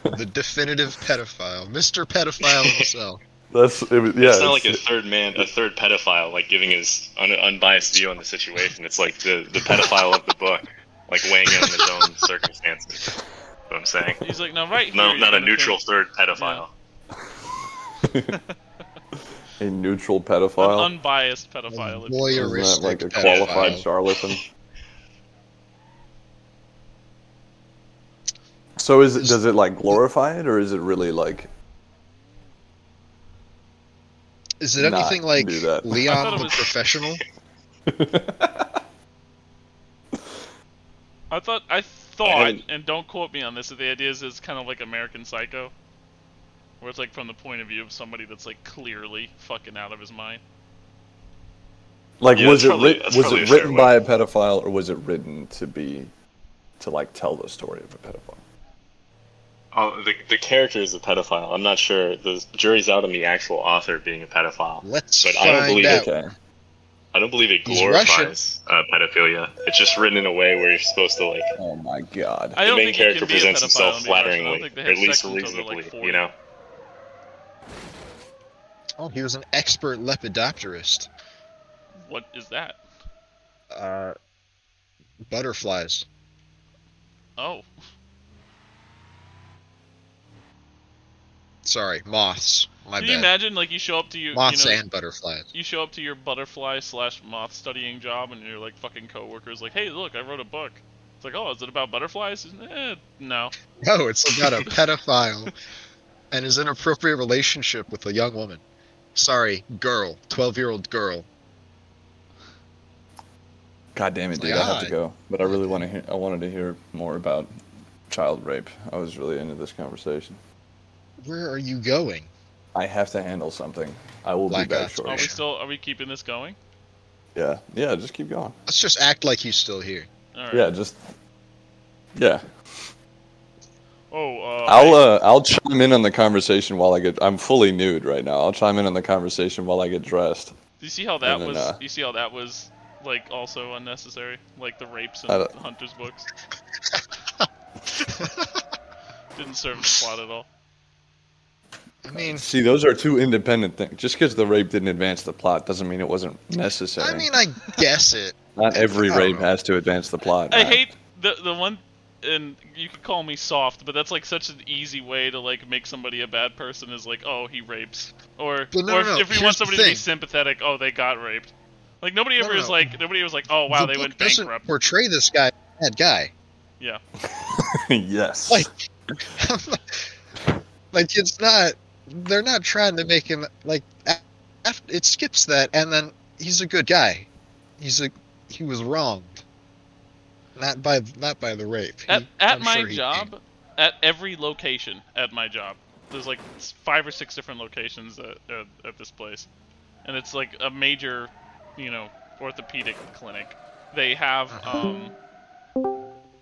The definitive pedophile, Mr.
<laughs>
Pedophile himself.
That's it was, yeah.
it's not like a third man, a third pedophile, like giving his un- unbiased view on the situation. It's like the, the pedophile of the book, like weighing in on his own circumstances. That's what I'm saying.
He's like, no, right.
No,
here,
not
you're
a
gonna
neutral
think
third pedophile.
a neutral
an
pedophile.
unbiased pedophile.
Isn't that
Voyeuristic
like a
pedophile.
qualified charlatan? So is it, does it like glorify it or is it really like
Is it
not
anything like
do that. <laughs>
I thought
Leon
it
the
was-
Professional?
I thought I
I
thought,
haven't-
and don't quote me on this, that the idea is it's kind of like American Psycho, where it's like from the point of view of somebody that's like clearly fucking out of his mind.
like
Yeah,
was
that's
it
probably-
writ-
that's
was
probably a
it
fair
written
way.
by a pedophile or was it written to be to like tell the story of a pedophile?
Oh, the, the character is a pedophile. I'm not sure. The jury's out on the actual author being a pedophile.
Let's
But I
find
don't believe
out.
it.
Okay.
I don't believe it
He's Russian.
glorifies uh, pedophilia. It's just written in a way where you're supposed to like
Oh my god.
I
the
don't
main
think
character
you can be
presents
a pedophile
himself
and be Russian. I don't
flatteringly,
think
or
they
at
have
least
sex until they're,
reasonably.
like, 40.
you know.
Oh, he was an expert lepidopterist.
What is that?
Uh, butterflies.
Oh,
Sorry, moths. My
can you
bad.
imagine like you show up to you,
Moths
you know,
and butterflies. <laughs>
you show up to your butterfly slash moth studying job, and your like fucking coworker's like, hey, look, I wrote a book. It's like, oh, is it about butterflies? Eh,
<laughs>
no.
No, it's about a pedophile and his inappropriate relationship with a young woman. Sorry, girl, twelve-year-old girl.
God damn it,
It's
dude!
like,
I have to
ah.
go. But I really want to hear. I wanted to hear more about child rape. I was really into this conversation.
Where are you going?
I have to handle something. I will be
Blackout.
back
Are we
shortly.
still? Are we keeping this going?
Yeah, yeah. Just keep going.
Let's just act like he's still here.
All right.
Yeah, just. Yeah,
Oh, uh,
I'll uh, I'll chime in on the conversation while I get. I'm fully nude right now. I'll chime in on the conversation while I get dressed.
Do you see how that
And then,
was?
uh,
you see how that was like also unnecessary, like the rapes in
I don't-
Hunter's
<laughs>
books. <laughs> Didn't serve the plot at all.
I mean,
See, those are two independent things. Just because the rape didn't advance the plot doesn't mean it wasn't necessary.
I mean, I guess it.
Not every
I don't
rape
know.
has to advance the plot.
I
Matt.
hate the the one, and you could call me soft, but that's like such an easy way to like make somebody a bad person is like, oh, he rapes, or
But no,
or
no, no,
if you
here's
want
the
somebody to be
thing.
sympathetic, oh, they got raped. Like nobody
No,
ever
no,
is
no.
like nobody was like, oh <laughs> wow,
the
they
book
went
doesn't
bankrupt.
Portray this guy, as a bad guy.
Yeah,
<laughs> yes.
Like, <laughs> like it's not they're not trying to make him like af- af- it skips that and then he's a good guy he's a he was wronged not by not by the rape He-
at at
I'm
my
sure he
job, at every location at my job, there's like s- five or six different locations at, at, at this place, and it's like a major,
Uh-huh.
you know, orthopedic clinic. They have um,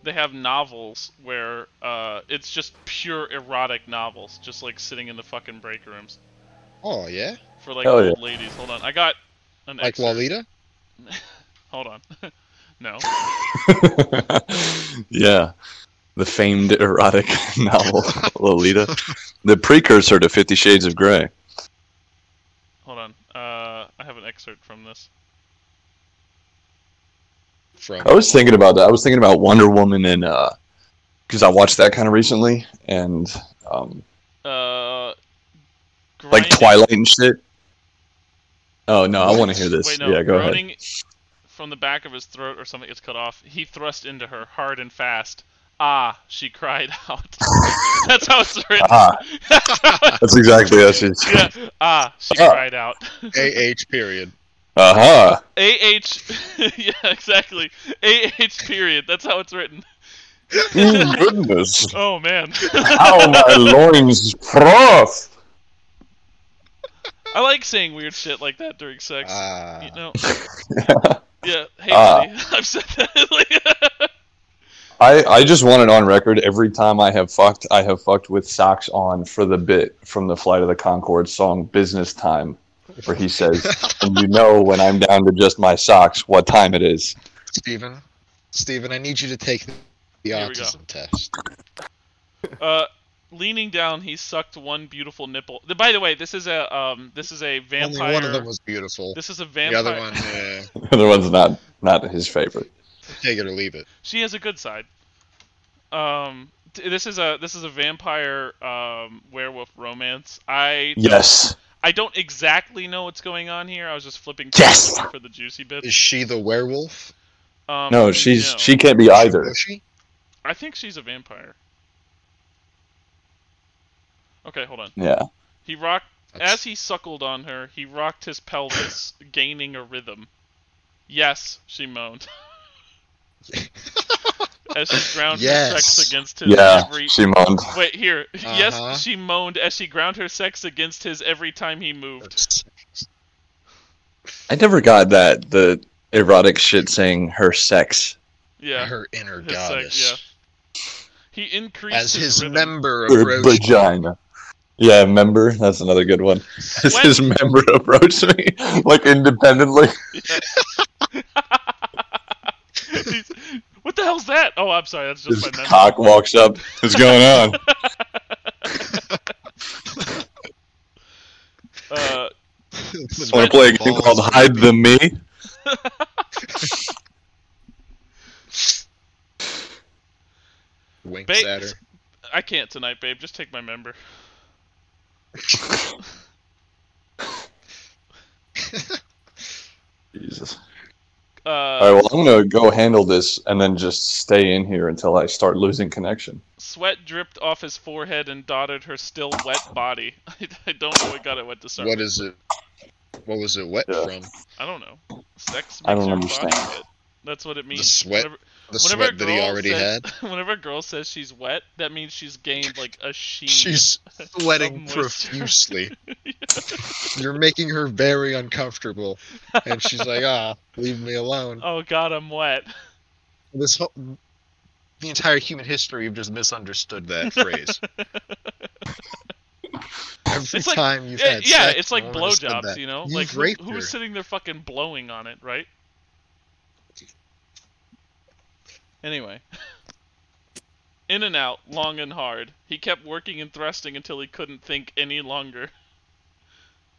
they have novels where uh, it's just pure erotic novels, just like sitting in the fucking break rooms
Oh yeah,
for like
Hell yeah.
old ladies. Hold on, I got an
like
excerpt.
Lolita.
<laughs> Hold on, <laughs> no.
<laughs> yeah. The famed erotic <laughs> novel Lolita, the precursor to Fifty Shades of Grey.
Hold on, uh, I have an excerpt from this.
From
I was thinking about that. I was thinking about Wonder Woman and because I watched that kind of recently, and um,
Uh,
like
grinding-
Twilight and shit. Oh no, I want to hear this.
Wait, no,
yeah, go ahead.
groaning From the back of his throat or something, it's cut off. He thrust into her hard and fast. Ah, she cried <laughs> out. That's how it's written.
Ah. That's exactly what she said.
<laughs> yeah. Ah, she
Ah.
cried out. <laughs>
AH period.
Aha!
AH. <laughs> yeah, exactly. AH period. That's how it's written.
Mm, goodness,
Oh, man. <laughs>
how my loins froth!
I like saying weird shit like that during sex.
Ah,
you
<laughs>
know? yeah. Hey,
Ah.
buddy. <laughs> I've said that. like- <laughs>
I, I just want it on record. Every time I have fucked, I have fucked with socks on for the bit from the Flight of the Concord song Business Time, where he says, And you know when I'm down to just my socks, what time it is. <laughs>
Stephen. Stephen, I need you to take the
Here we go.
autism test.
Uh, leaning down, he sucked one beautiful nipple. Th- By the way, this is a um, this is a vampire.
Only one of them was beautiful.
This is a
The
vampire.
other one, uh,
the other one's not, not his favorite.
take it or leave it.
She has a good side. Um, t- this is a this is a vampire um werewolf romance. I don't-
Yes.
I don't exactly know what's going on here. I was just flipping
Yes!
for the juicy
Is
bits.
she the werewolf?
Um,
No, she's
no.
she can't be either.
Was she?
I think she's a vampire. Okay, hold on.
Yeah.
He rocked
That's-
As he suckled on her, he rocked
<coughs>
his pelvis, gaining a rhythm. Yes, she moaned. <laughs> as she ground her
Yes.
sex against his
Yeah.
every
She moaned.
Wait, here.
Uh-huh.
Yes, she moaned as she ground her sex against his every time he moved.
I never got that the erotic shit saying her sex.
Yeah.
Her inner
His sex,
goddess.
He increased
As his
rhythm. <laughs>
member
Her
approached, <laughs>
vagina. Yeah, member. That's another good one. <laughs> As
Sweat-
his member approached me, <laughs> like independently.
He's- what the hell's that? Oh, I'm sorry. That's
His
just my member.
cock walks up. What's going on?
<laughs> Uh,
Want to play a game called Hide the Me?
winks
Ba-
at her.
I can't tonight, babe. Just take my member.
Jesus.
Uh,
All right. Well, I'm gonna go handle this and then just stay in here until I start losing connection.
Sweat dripped off his forehead and dotted her still wet body. <laughs> I, I don't know what got it wet to start.
What
with.
is it? What was it wet
Yeah.
from?
I don't know. Sex makes
I don't
your
understand.
body wet. That's what it means.
sweat
Whenever,
The
whenever a
sweat that he
girl
already
says,
had.
<laughs> Whenever a girl says she's wet, that means
<laughs>
she's gained like a sheen. <laughs>
She's sweating
moisture.
profusely.
<laughs>
You're making her very uncomfortable, and she's
<laughs>
like, "Ah, leave me alone."
Oh god, I'm wet.
This whole, the entire human history, you've just misunderstood
<laughs>
that phrase. Every
It's like-
time you've
Yeah,
had
yeah,
sex,
it's like
no one understood
blowjobs,
that.
you know?
You've
like who,
raped
who was
her.
sitting there fucking blowing on it, right? Anyway. In and out, long and hard. He kept working and thrusting until he couldn't think any longer. <laughs>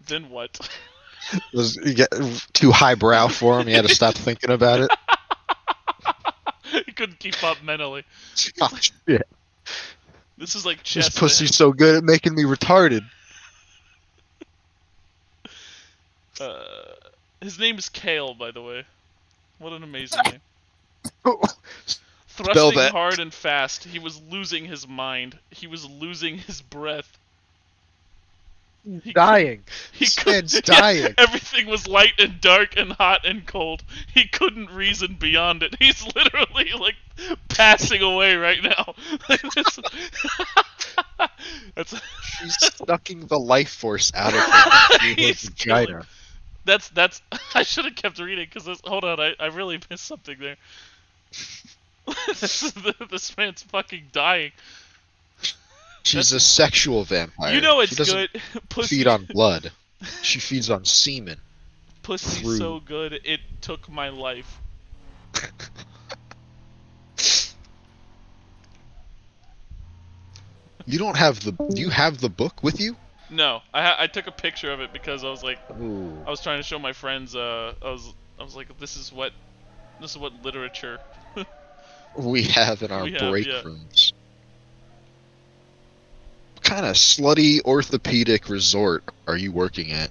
Then what? <laughs>
Was you get too highbrow for him. You had to
<laughs>
stop thinking about it.
he couldn't keep up mentally.
Oh, shit.
This is like chess.
This
to
pussy's so good at making me retarded.
him. Uh, his name is Kale, by the way. What an amazing name.
Spell
Thrusting
that.
hard and fast, he was losing his mind. He was losing his breath. He
dying.
He
This
could- <laughs>
man's dying.
Everything was light and dark and hot and cold. He couldn't reason beyond it. He's literally like passing away right now. <laughs> Like, this- that's
She's sucking the life force out of
<laughs>
her through her
He's killing-
vagina.
that's <laughs> that's. I should have kept reading because hold on, I I really missed something there. this, is <laughs> the, this man's fucking dying.
She's a sexual vampire.
You know
She
it's
doesn't <laughs>
good. Pussy,
feed on
<laughs>
blood. She feeds on semen.
pussy's
through.
so good it took my life.
You don't have the. Do you have the book with you?
No, I ha- I took a picture of it because I was like
Ooh.
I was trying to show my friends. Uh, I was I was like this is what this is what literature.
We have in our
We have,
break
yeah.
rooms. What kind of slutty orthopedic resort are you working at?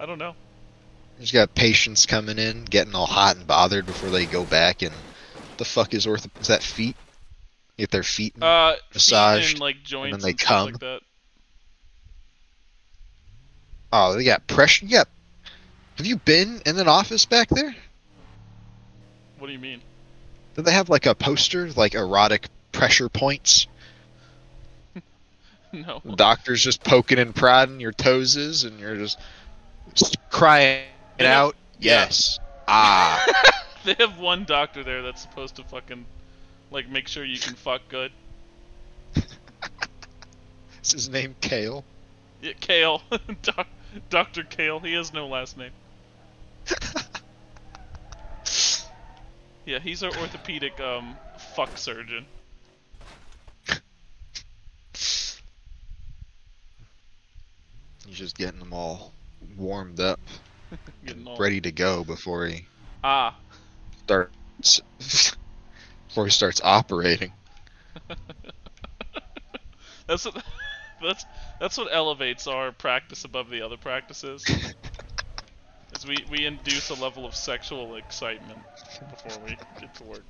I don't know.
You just got patients coming in, getting all hot and bothered before they go back and the fuck is ortho is that feet? Get their feet
Uh, feet
Massaged,
and like joints
they
stuff
come.
like that.
Oh, they got pressure yep. Have you been in an office back there?
What do you mean? <laughs>
Do they have like a poster, like erotic pressure points?
No.
The doctor's just poking and prodding your toes is, and you're just crying it
Yeah.
out. Yes. Ah. <laughs>
They have one doctor there that's supposed to fucking like make sure you can fuck good.
Is his name Kale?
Yeah, Kale, <laughs> Doc- Doctor Kale. He has no last name. yeah, he's our orthopedic um fuck surgeon.
He's just getting them all warmed up,
Getting all-
ready to go before he
Ah,
starts <laughs> before he starts operating. <laughs>
that's what, <laughs> that's that's what elevates our practice above the other practices. is we we induce a level of sexual excitement before we get to work.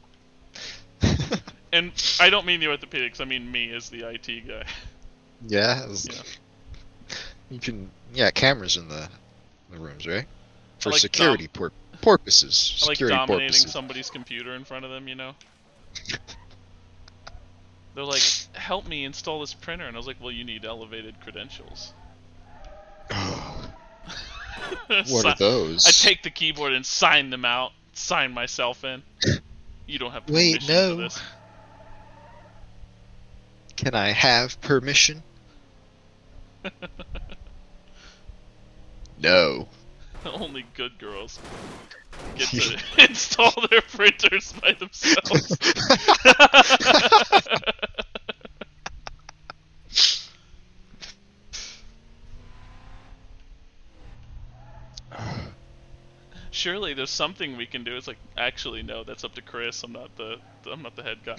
And I don't mean the orthopedics. I mean me as the IT guy.
Yeah. it was-
Yeah.
You can. Yeah, cameras in the the rooms, right? For
like
security pur- purposes.
I like
security
dominating
<gasps> purposes.
somebody's computer in front of them, you know? They're like, help me install this printer. And I was like, well, you need elevated credentials. <laughs>
what
<laughs> So-
are those?
I take the keyboard and sign them out, sign myself in. You don't have permission
Wait, no.
for this. <laughs>
Can I have permission?
<laughs>
no.
Only good girls get to
<laughs>
<laughs> install their printers by themselves. <laughs> Surely there's something we can do. It's like, actually, no, that's up to Chris. I'm not the I'm not the head guy.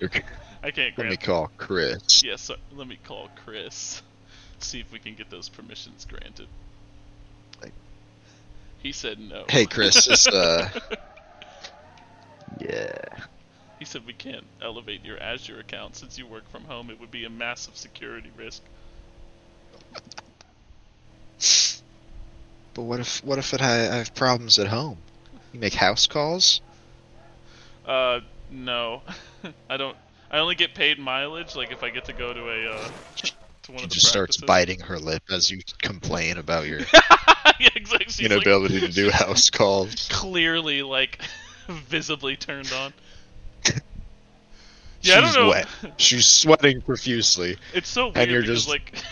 Okay,
I can't
Let me
grant.
call Chris.
Yes, sir. let me call Chris. See if we can get those permissions granted. He said no.
Hey, Chris. It's,
<laughs>
uh. yeah.
He said we can't elevate your Azure account since you work from home. It would be a massive security risk.
But what if what if it, I, I have problems at home? You make house calls?
Uh, no, <laughs> I don't. I only get paid mileage, like if I get to go to a uh, to one
She
of the
just starts
practices.
biting her lip as you complain about your
yeah, exactly. <laughs> She's, like,
inability to do house calls.
clearly like <laughs> visibly turned
<laughs>
on.
She's
Yeah, I don't know.
wet. She's sweating profusely.
<laughs> It's so weird
And you're
because
just-
like <laughs>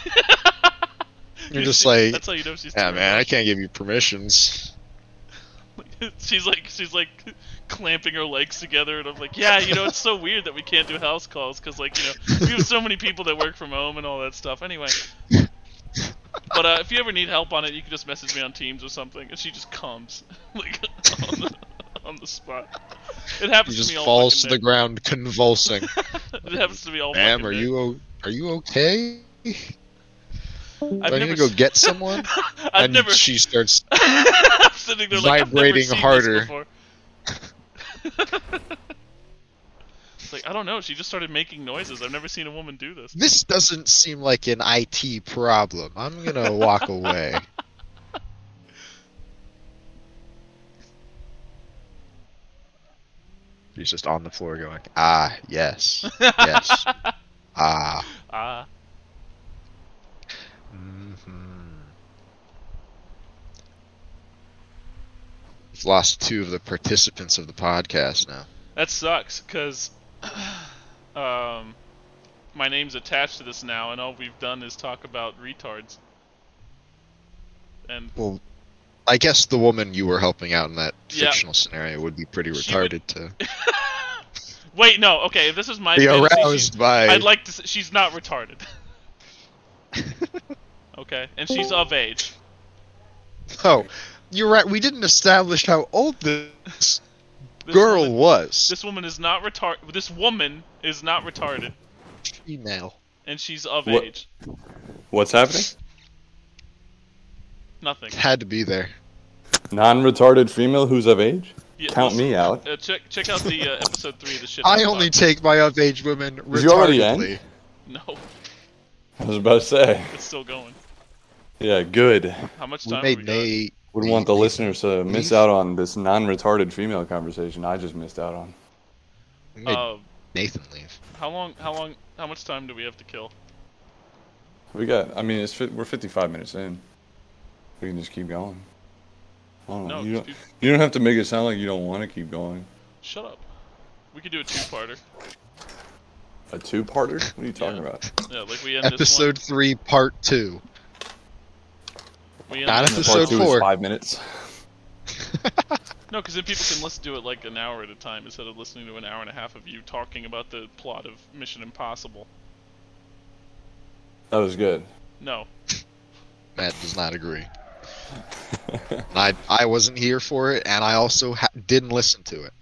You're
you
just
see-
like,
that's how you know she's
yeah,
turned
man, I can't give you permissions.
on. <laughs> she's like she's like clamping her legs together and I'm like, yeah, you know, it's so weird that we can't do house calls cuz like, you know, we have so many people that work from home and all that stuff. Anyway. But uh, if you ever need help on it, you can just message me on Teams or something and she just comes <laughs> like on the, on the spot. It
She
happens
just
to me all
falls to
fucking
the ground convulsing.
day. <laughs> It happens to me all
Ma'am,
fucking
are
day.
you o- are you okay? Do
I've
I need
never
to go
s-
get
<laughs>
someone?
I've
and
never
she starts.
I'm sitting there like, I've never
Vibrating
seen this
harder.
before. it's like I don't know. She just started making noises. I've never seen a woman do this.
This doesn't seem like an IT problem. I'm gonna <laughs> walk away. She's just on the floor going, ah, <laughs> yes, yes, ah.
<laughs> Ah,
Mm-hmm. lost two of the participants of the podcast now.
That sucks because <clears throat> um, my name's attached to this now, and all we've done is talk about retards. And <laughs>
Well, I guess the woman you were helping out in that
Yeah.
fictional scenario would be pretty
She would-
retarded to
wait, no, okay, if this is my
be
fantasy, she's-
aroused by.
I'd like to. s she's not retarded.
<laughs>
okay, and she's of age.
Oh, you're right. We didn't establish how old this
This
girl
woman-
was.
this woman is not retarded. This woman is not retarded,
female.
and she's of
What?
age.
What's happening?
Nothing.
Had to be there.
Non-retarded female who's of age?
Yeah,
Count
listen,
me out.
Uh, check check out the uh, episode three of the shit.
<laughs> I
House
only
Podcast.
take my of age women
Is you already in?
retardedly.
<laughs> no,
I was about to say.
it's still going.
Yeah, good.
How much
We
time
made
have we got?
Nate.
Wouldn't want the listeners to miss out on this non-retarded female conversation I just missed out on.
we made
Uh,
Nathan leave.
how long? How long? How much time do we have to kill?
We got. I mean, it's fi- we're 55 minutes in. We can just keep going. I don't know.
No,
Oh, you don't.
just do,
You don't have to make it sound like you don't want to keep going.
shut up. We could do a two-parter.
A two-parter? What are you talking
Yeah.
about?
Yeah, like we end
Episode three, part two.
this one. We end
not
this
episode
one-
Part two
four.
is five minutes.
No, because then people can listen to it like an hour at a time instead of listening to an hour and a half of you talking about the plot of Mission Impossible.
That was good.
No,
Matt does
<laughs>
not agree. I I wasn't here for it, and I also ha- didn't listen to it.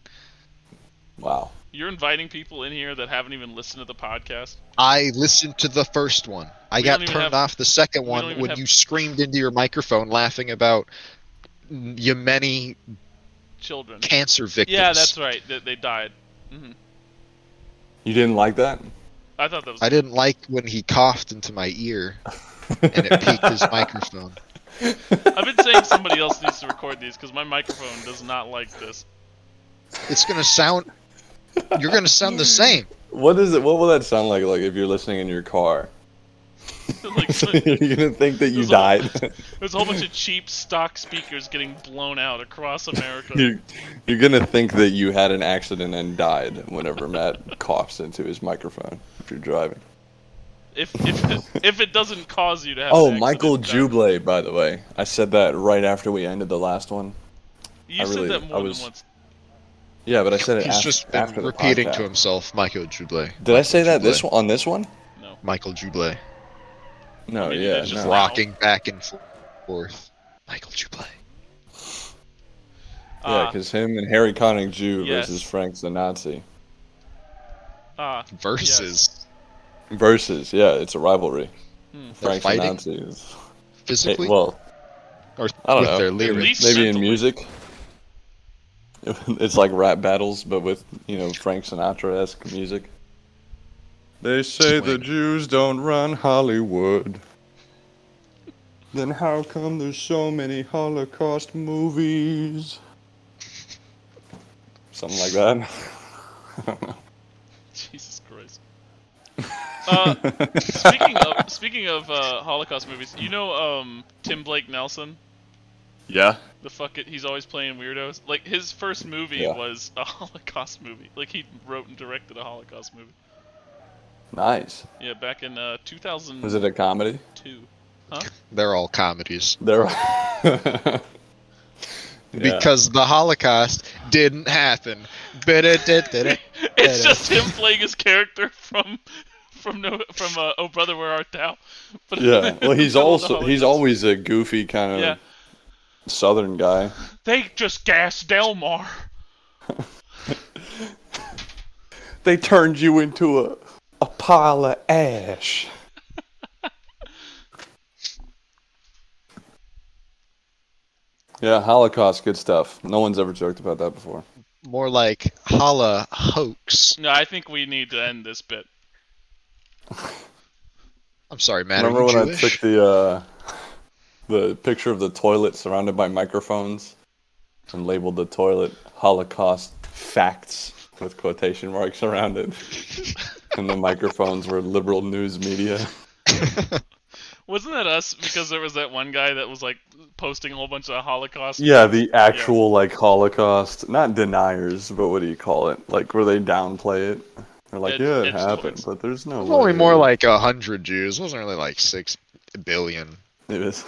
Wow.
you're inviting people in here that haven't even listened to the podcast.
I listened to the first one. I
We
got
don't even
turned
have-
off the second
we don't
one
even
when
have-
you screamed into your microphone laughing about Yemeni
<laughs>
Children.
cancer victims.
Yeah, that's right. They, they died. hmm
You didn't like that?
I thought that was.
I didn't like when he coughed into my ear and it peaked
<laughs>
his microphone.
I've been saying somebody else needs to record these because my microphone does not like this. <laughs>
It's gonna sound. You're gonna sound the same.
What is it? What will that sound like? Like if you're listening in your car, <laughs>
like,
you're gonna think that you
There's a- <laughs>
died.
there's a whole bunch of cheap stock speakers getting blown out across America.
<laughs> you're, you're gonna think that you had an accident and died whenever Matt coughs into his microphone if you're driving.
if if if it doesn't cause you to have.
Oh,
an accident,
Michael
then-
Jublé, by the way, I said that right after we ended the last one.
You
I
said
really-
that
I
more
was-
than once.
Yeah, but I said it
He's
af-
just been
after the
repeating
podcast.
to himself, Michael Jublé.
Did I say that
Jublé.
this one on this one?
No.
Michael Jublé,
No,
Maybe
yeah,
that's just
no.
Wow. wrong.
rocking back and forth. Michael Jublé.
yeah,
Ah,
because him and Harry Connick Jew
Yes.
versus Frank the Nazi
ah,
Versus
versus yeah, it's a rivalry.
Hmm.
Frank the
fighting?
Nazi is hey,
physically
well,
or
I don't
with
know.
their
At
lyrics.
least
maybe in
mentally.
music. <laughs> It's like rap battles, but with you know Frank Sinatra esque music. They say the
Swing.
Jews don't run Hollywood. Then how come there's so many Holocaust movies? Something like that.
Jesus
<laughs>
Christ. Uh, speaking of speaking of uh, Holocaust movies, you know um, Tim Blake Nelson,
Yeah.
the fuck it, he's always playing weirdos. Like his first movie
Yeah.
was a <laughs> Holocaust movie. Like he wrote and directed a Holocaust movie.
Nice.
Yeah, back in uh, 2002.
Was it a comedy? <laughs>
They're all comedies
There.
because the Holocaust didn't happen.
<laughs>
Ba-da-da-da-da.
<laughs> it's just him playing his character from from no, from uh, Oh Brother Where Art Thou. <laughs> But
yeah. Well, he's
Middle of
also
the
he's
Holocaust.
always a goofy kind of
Yeah.
southern guy.
They just gassed Delmar.
They turned you into a a pile of ash. yeah, Holocaust, good stuff. No one's ever joked about that before.
More like holla hoax.
No, I think we need to end this bit.
I'm sorry, Matt.
Remember
are you
when
Jewish?
I took the uh, the picture of the toilet surrounded by microphones and labeled the toilet Holocaust facts with quotation marks
<laughs>
around it, and the microphones were liberal news media.
Wasn't that us? Because there was that one guy that was like posting a whole bunch of Holocaust.
Yeah, the actual like Holocaust, not deniers, but what do you call it? Like where they downplay it. They're like,
Ed-
yeah, it
edge
happened,
lords.
but there's no.
It was only
way."
more like a hundred Jews. It wasn't really like six billion.
it was.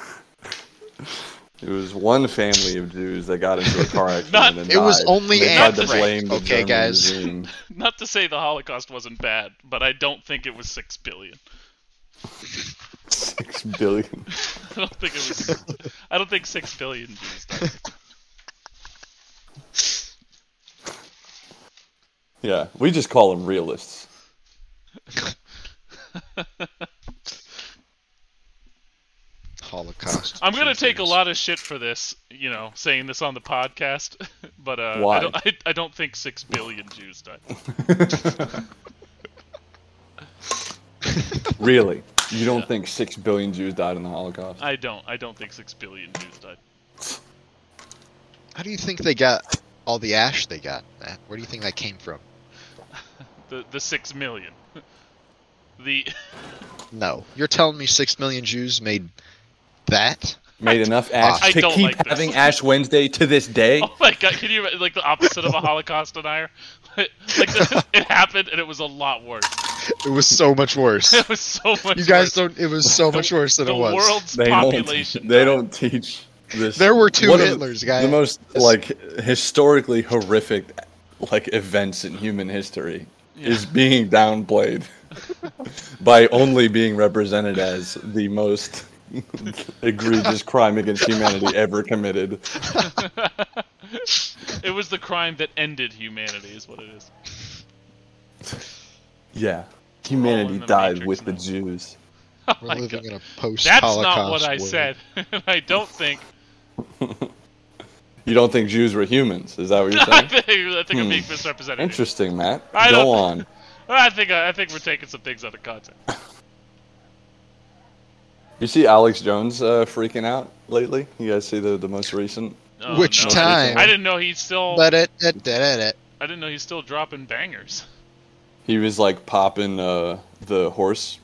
<laughs> It was one family of Jews that got into a car accident
<laughs> Not-
and
It was
died.
only
They tried to
Anne Frank.
blame the
Okay,
German
guys.
regime.
Not to say the Holocaust wasn't bad, but I don't think it was six billion.
Six billion.
<laughs> I don't think it was.
<laughs>
I don't think six billion Jews died.
Yeah, we just call them realists.
Holocaust.
I'm gonna take a
Jesus.
lot of shit for this, you know, saying this on the podcast, <laughs> but uh,
Why?
I, don't, I, I don't think six billion Jews died.
Really? You don't think six billion Jews died in the Holocaust?
I don't. I don't think six billion Jews died.
How do you think they got all the ash they got? Matt? Where do you think that came from?
The the six million. <laughs> The <laughs>
No, you're telling me six million Jews made that?
Made enough ash
I
to
don't
keep
like this.
having Ash Wednesday to this
<laughs>
day.
oh my god, can you imagine, like the
<laughs>
opposite of a Holocaust denier? <laughs> like the, it happened and it was a lot worse. <laughs>
It was so much worse.
It was so much.
you guys
worse.
don't. It was so much worse than
the
it was.
world's
They don't.
population.
They
died.
don't teach this.
There were two
one of
Hitlers,
the,
guys.
The most like historically horrific, like events in human history
Yeah.
is being
<laughs>
downplayed by only being represented as the most egregious crime against humanity ever committed.
It was the crime that ended humanity, is what it is.
Yeah, humanity
the
died
Matrix
with the
now.
Jews.
We're living in a post-Holocaust
That's not what I
world.
said. <laughs> I don't think.
You don't think Jews were humans? Is that what you're
<laughs> I
saying?
think, I think I'm
Hmm.
being misrepresented. here.
Interesting, Matt.
I
Go
don't-
on.
I think I think we're taking some things out of context.
You see Alex Jones uh, freaking out lately? You guys see the the most recent?
Oh,
Which
no.
time?
I didn't know he's still.
But it, it, it, it, it.
I didn't know he's still dropping bangers.
He was like popping uh, the horse.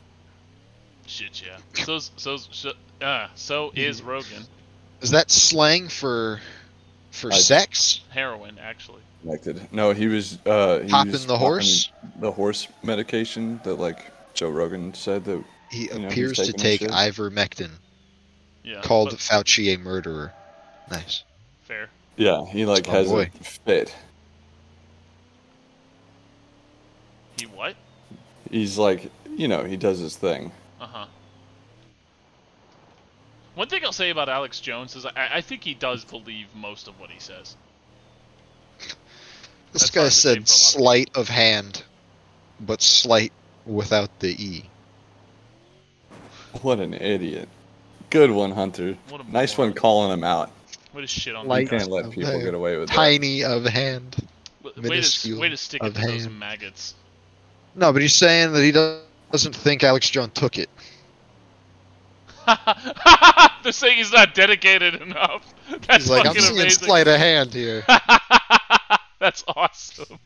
Shit, yeah. So's so's so, uh, so is Rogan
Is that slang for for
I-
sex?
heroin actually.
Connected. No, he was uh, he
Popping
was
the horse?
the horse medication that like Joe Rogan said that.
He
You know, he's
appears to
taking a
take
shit.
ivermectin,
Yeah.
called
Uh, but-
Fauci a murderer. Nice.
fair.
Yeah, he like
Oh,
has
boy.
a fit.
He what?
He's like, you know, he does his thing.
Uh huh. One thing I'll say about Alex Jones is I, I think he does believe most of what he says.
This
That's
guy
hard to say for a lot
said
of
sleight of hand, but slight without the e.
What an idiot! Good one, Hunter.
What a
Nice
moron.
one calling him out.
What is shit on
You
Like-
can't let people get away with that.
Tiny of hand.
the way to,
minuscule
way to stick it
of
to those
hand.
maggots.
No, but he's saying that he do- doesn't think Alex John took it.
<laughs> They're saying he's not dedicated enough. <laughs> That's
He's like, I'm
fucking
seeing
amazing. <laughs>
sleight of hand here.
That's awesome.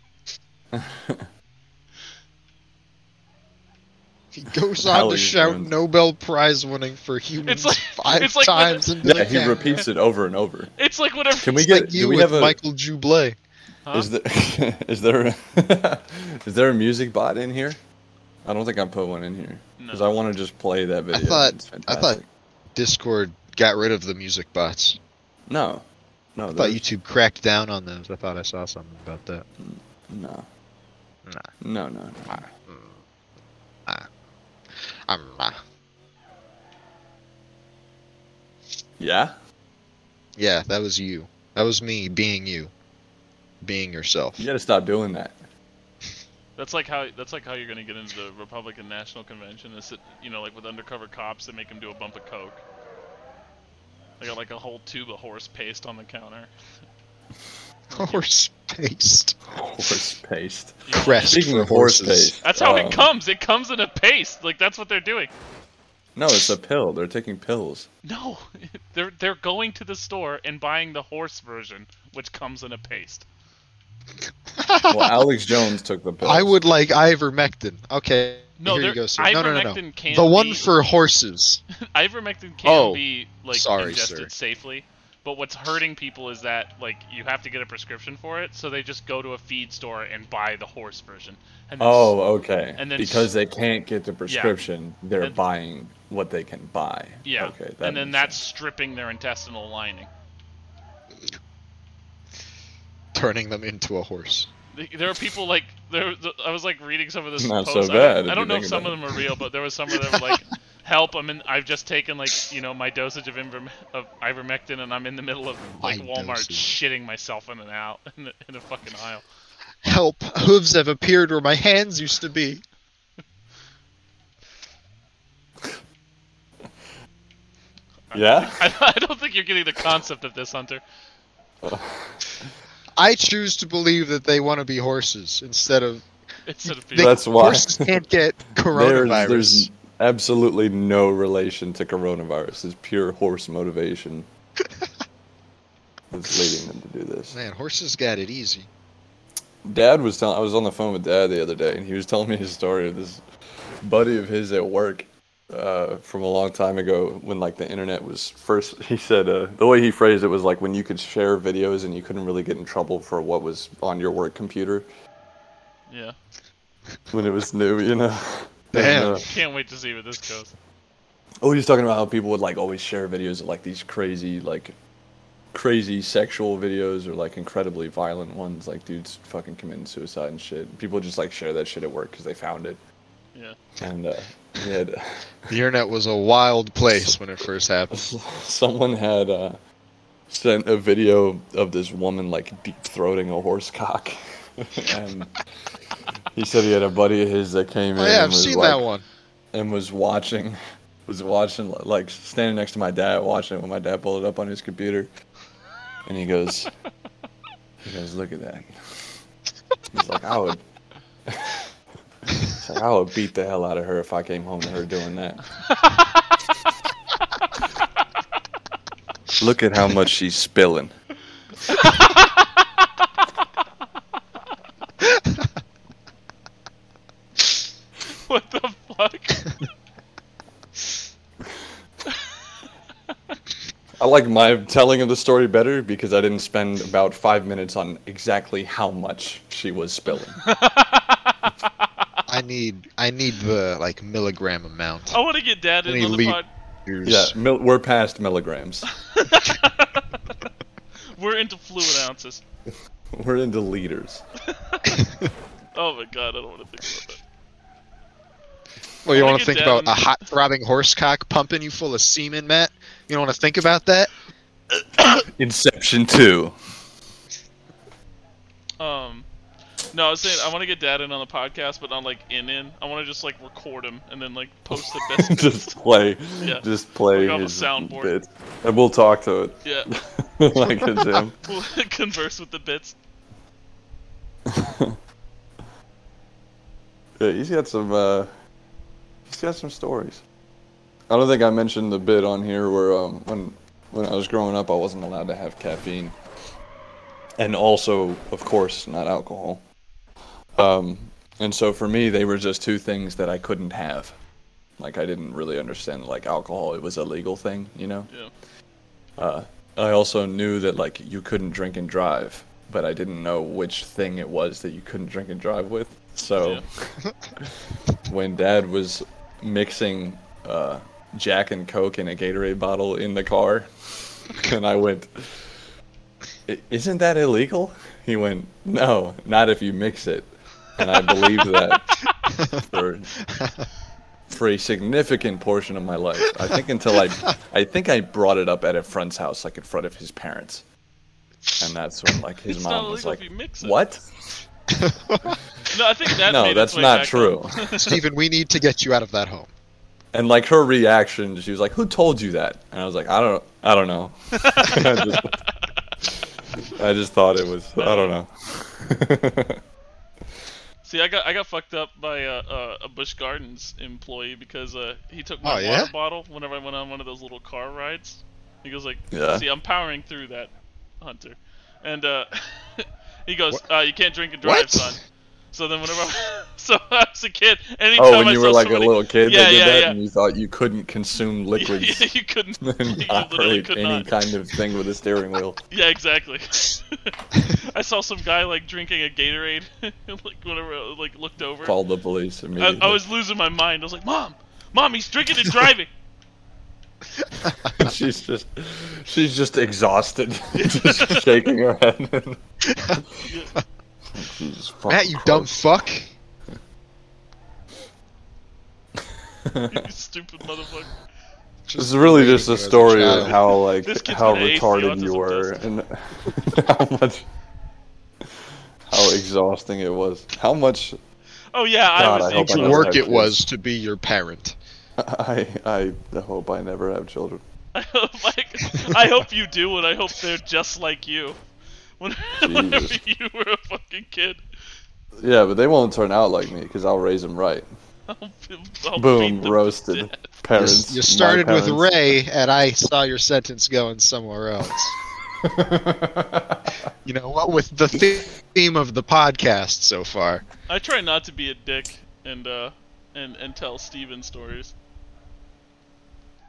He goes on to
Alex
shout
Jones.
Nobel Prize winning for humans
like-
<laughs> five
it's like when-
times. into
Yeah,
the
he
camera.
repeats it over and over.
It's like whatever.
Can we
It's
get?
like
do
you
we
with
have a?
Michael Jublé.
<laughs>
Huh?
Is there <laughs> is there <laughs> is there a music bot in here? I don't think I put one in here because I
No.
want to just play that video.
thought-
It's
I thought-
fantastic.
Discord got rid of the music bots.
no, no,
I thought
there's-
YouTube cracked down on those. I thought I saw something about that.
no,
Nah.
no, no, no.
Um, uh,
Yeah,
yeah, that was you. That was me being you, being yourself.
you
<laughs>
got to stop doing
<laughs>
that.
That's like how that's like how you're gonna get into the Republican National Convention is sit, you know like with undercover cops they make him do a bump of coke. They got like a whole tube of horse paste on the counter.
Horse paste.
Horse paste.
Crest
Speaking
for
of horse
horses.
paste,
That's how
Oh.
um,
it comes. It comes in a paste. Like that's what they're doing.
No, it's a pill. They're taking
<laughs>
pills.
No, <laughs> they're they're going to the store and buying the horse version, which comes in a paste.
Well, Alex Jones took the pill.
I would like ivermectin. Okay.
No,
here
there,
you go, sir.
ivermectin
No, no, no, no.
can
The one
be,
for horses.
ivermectin can
Oh,
be like
sorry,
ingested
sir.
safely. But what's hurting people is that like you have to get a prescription for it, so they just go to a feed store and buy the horse version. And then
Oh, okay.
And then-
because they can't get the prescription, they're
And-
buying what they can buy.
Yeah.
Okay. that
and then
makes
that's
sense.
stripping their intestinal lining.
Turning them into a horse.
Th- There are people like there. th- I was like reading some of this.
Not so
post. I
bad,
don't,
if
I
you
don't know if
think
some of
about
them are real, but there was some of
<laughs>
them like, "Help! I'm in. I've just taken like you know my dosage of, Inver- of ivermectin, and I'm in the middle of like
My
Walmart
dosage.
shitting myself in an out <laughs> in, the, in a fucking aisle."
Help! Hooves have appeared where my hands used to be.
<laughs>
yeah. <laughs>
I, I don't think you're getting the concept of this, Hunter.
I choose to believe that they want to be horses instead of
It's
<laughs>
sort of
They-
That's why
horses can't get
<laughs> there's,
coronavirus.
there's absolutely no relation to coronavirus. It's pure horse
<laughs>
motivation. that's leading them to do this.
Man, horses got it easy.
Dad was telling. I was on the phone with Dad the other day, and he was telling me his story of this buddy of his at work uh, from a long time ago when like the internet was first. <laughs> He said uh, the way he phrased it was like when you could share videos and you couldn't really get in trouble for what was on your work computer
yeah.
when it was new, you know. <laughs>
Damn.
And, uh,
Can't wait to see where this goes.
oh, he was talking about how people would like always share videos of like these crazy like crazy sexual videos or like incredibly violent ones like dudes fucking committing suicide and shit people just like share that shit at work because they found it
Yeah. <laughs>
and uh, we had <laughs>
The internet was a wild place when it first happened.
someone had uh, sent a video of this woman like deep throating a horse cock, <laughs> and he said he had a buddy of his that came in.
Oh, yeah,
and
I've
was,
seen
like-
that one.
And was watching, <laughs> was watching like standing next to my dad watching it when my dad pulled it up on his computer, and he goes, he goes, look at that. He's like, I would. <laughs> He's like, I would beat the hell out of her if I came home to her doing that. Look at how much she's spilling.
What the fuck?
I like my telling of the story better because I didn't spend about five minutes on exactly how much she was spilling.
I need I need the like milligram amount.
I want to get dad in
Let me
on the
leap.
pod.
Yeah, mil- we're past milligrams. <laughs>
<laughs> We're into fluid ounces.
We're into liters.
Oh my god, I don't want to think about
Well, you don't
I wanna
want to think
get
about a
down-
hot throbbing horse cock pumping you full of semen, Matt? You don't want to think about <laughs> that?
Inception two. <laughs>
that. Um, no, I was saying I want to get dad in on the podcast, but not like in in. I want to just like record him and then like post the
<laughs>
best. bits.
just play,
Yeah.
just play
Like on the
his
soundboard.
bits, and we'll talk to it <laughs>
Yeah,
like it's him.
we'll <laughs> converse with the bits.
Yeah, he's got some. Uh, he's got some stories. I don't think I mentioned the bit on here where um, when when I was growing up, I wasn't allowed to have caffeine, and also, of course, not alcohol. Um, and so for me, they were just two things that I couldn't have. Like I didn't really understand like alcohol; it was a legal thing, you know.
Yeah.
Uh, I also knew that like you couldn't drink and drive, but I didn't know which thing it was that you couldn't drink and drive with. So
Yeah.
when dad was mixing uh, Jack and Coke in a Gatorade bottle in the car, <laughs> and I went, "I- Isn't that illegal? He went, No, not if you mix it. And I believed that for, for a significant portion of my life. I think until I, I think I brought it up at a friend's house, like in front of his parents. And that's when, like, his
It's not
mom was
illegal if
like,
you mix it.
"What?
No, I think that. made
no,
its
that's
way
not
back
true."
up.
Steven, we need to get you out of that home.
And like her reaction, she was like, "Who told you that?" And I was like, "I don't, I don't know." <laughs> I, just, I just thought it was, I don't
<laughs>
know.
See, I got I got fucked up by a, a, a Bush Gardens employee because uh, he took my
Oh,
water
yeah?
bottle whenever I went on one of those little car rides. He goes like,
Yeah.
"See, I'm powering through that, Hunter," and uh, <laughs> He goes,
What?
uh, "You can't drink and drive,
What?
son." So then whenever, so I <laughs> was a kid, anytime
Oh, when
I
you
saw
were like
somebody,
a little kid,
Yeah,
they did
yeah,
that,
yeah.
and you thought you couldn't consume liquids
<laughs> Yeah, <laughs> you
<laughs>
couldn't.
and
you literally
operate
could
any
not.
kind of thing with a steering wheel.
<laughs> Yeah, exactly. I saw some guy like drinking a Gatorade, <laughs> and, like whenever I, like looked over,
Call the police
I,
immediately.
I was losing my mind. I was like, "Mom, mom, he's drinking and driving."
<laughs>
<laughs>
she's just, she's just exhausted, <laughs> just shaking her head. <laughs> Jesus
Matt,
fucking
you dumb fuck.
Christ.
you stupid motherfucker.
This is really just a
as a
story of
child.
how like
This kid's
how
gonna ace the
retarded you
autism
were and <laughs> how much how exhausting it was. How much <laughs>
Oh yeah,
God,
I was.
I hope I
exhausted.
never
Work
have
it
kids.
was to be your parent.
I I hope I never have children.
I hope, <laughs> like, I hope you do, and I hope they're just like you. <laughs> When, whenever
Jesus.
you were a fucking kid,
Yeah, but they won't turn out like me because I'll raise them right.
I'll, I'll
Boom,
beat them to
roasted
death.
You,
parents.
s- you started with
Ray.
Ray, and I saw your sentence going somewhere else. you know what? With the the- theme of the podcast so far,
<laughs> I try not to be a dick and uh and and tell Steven stories.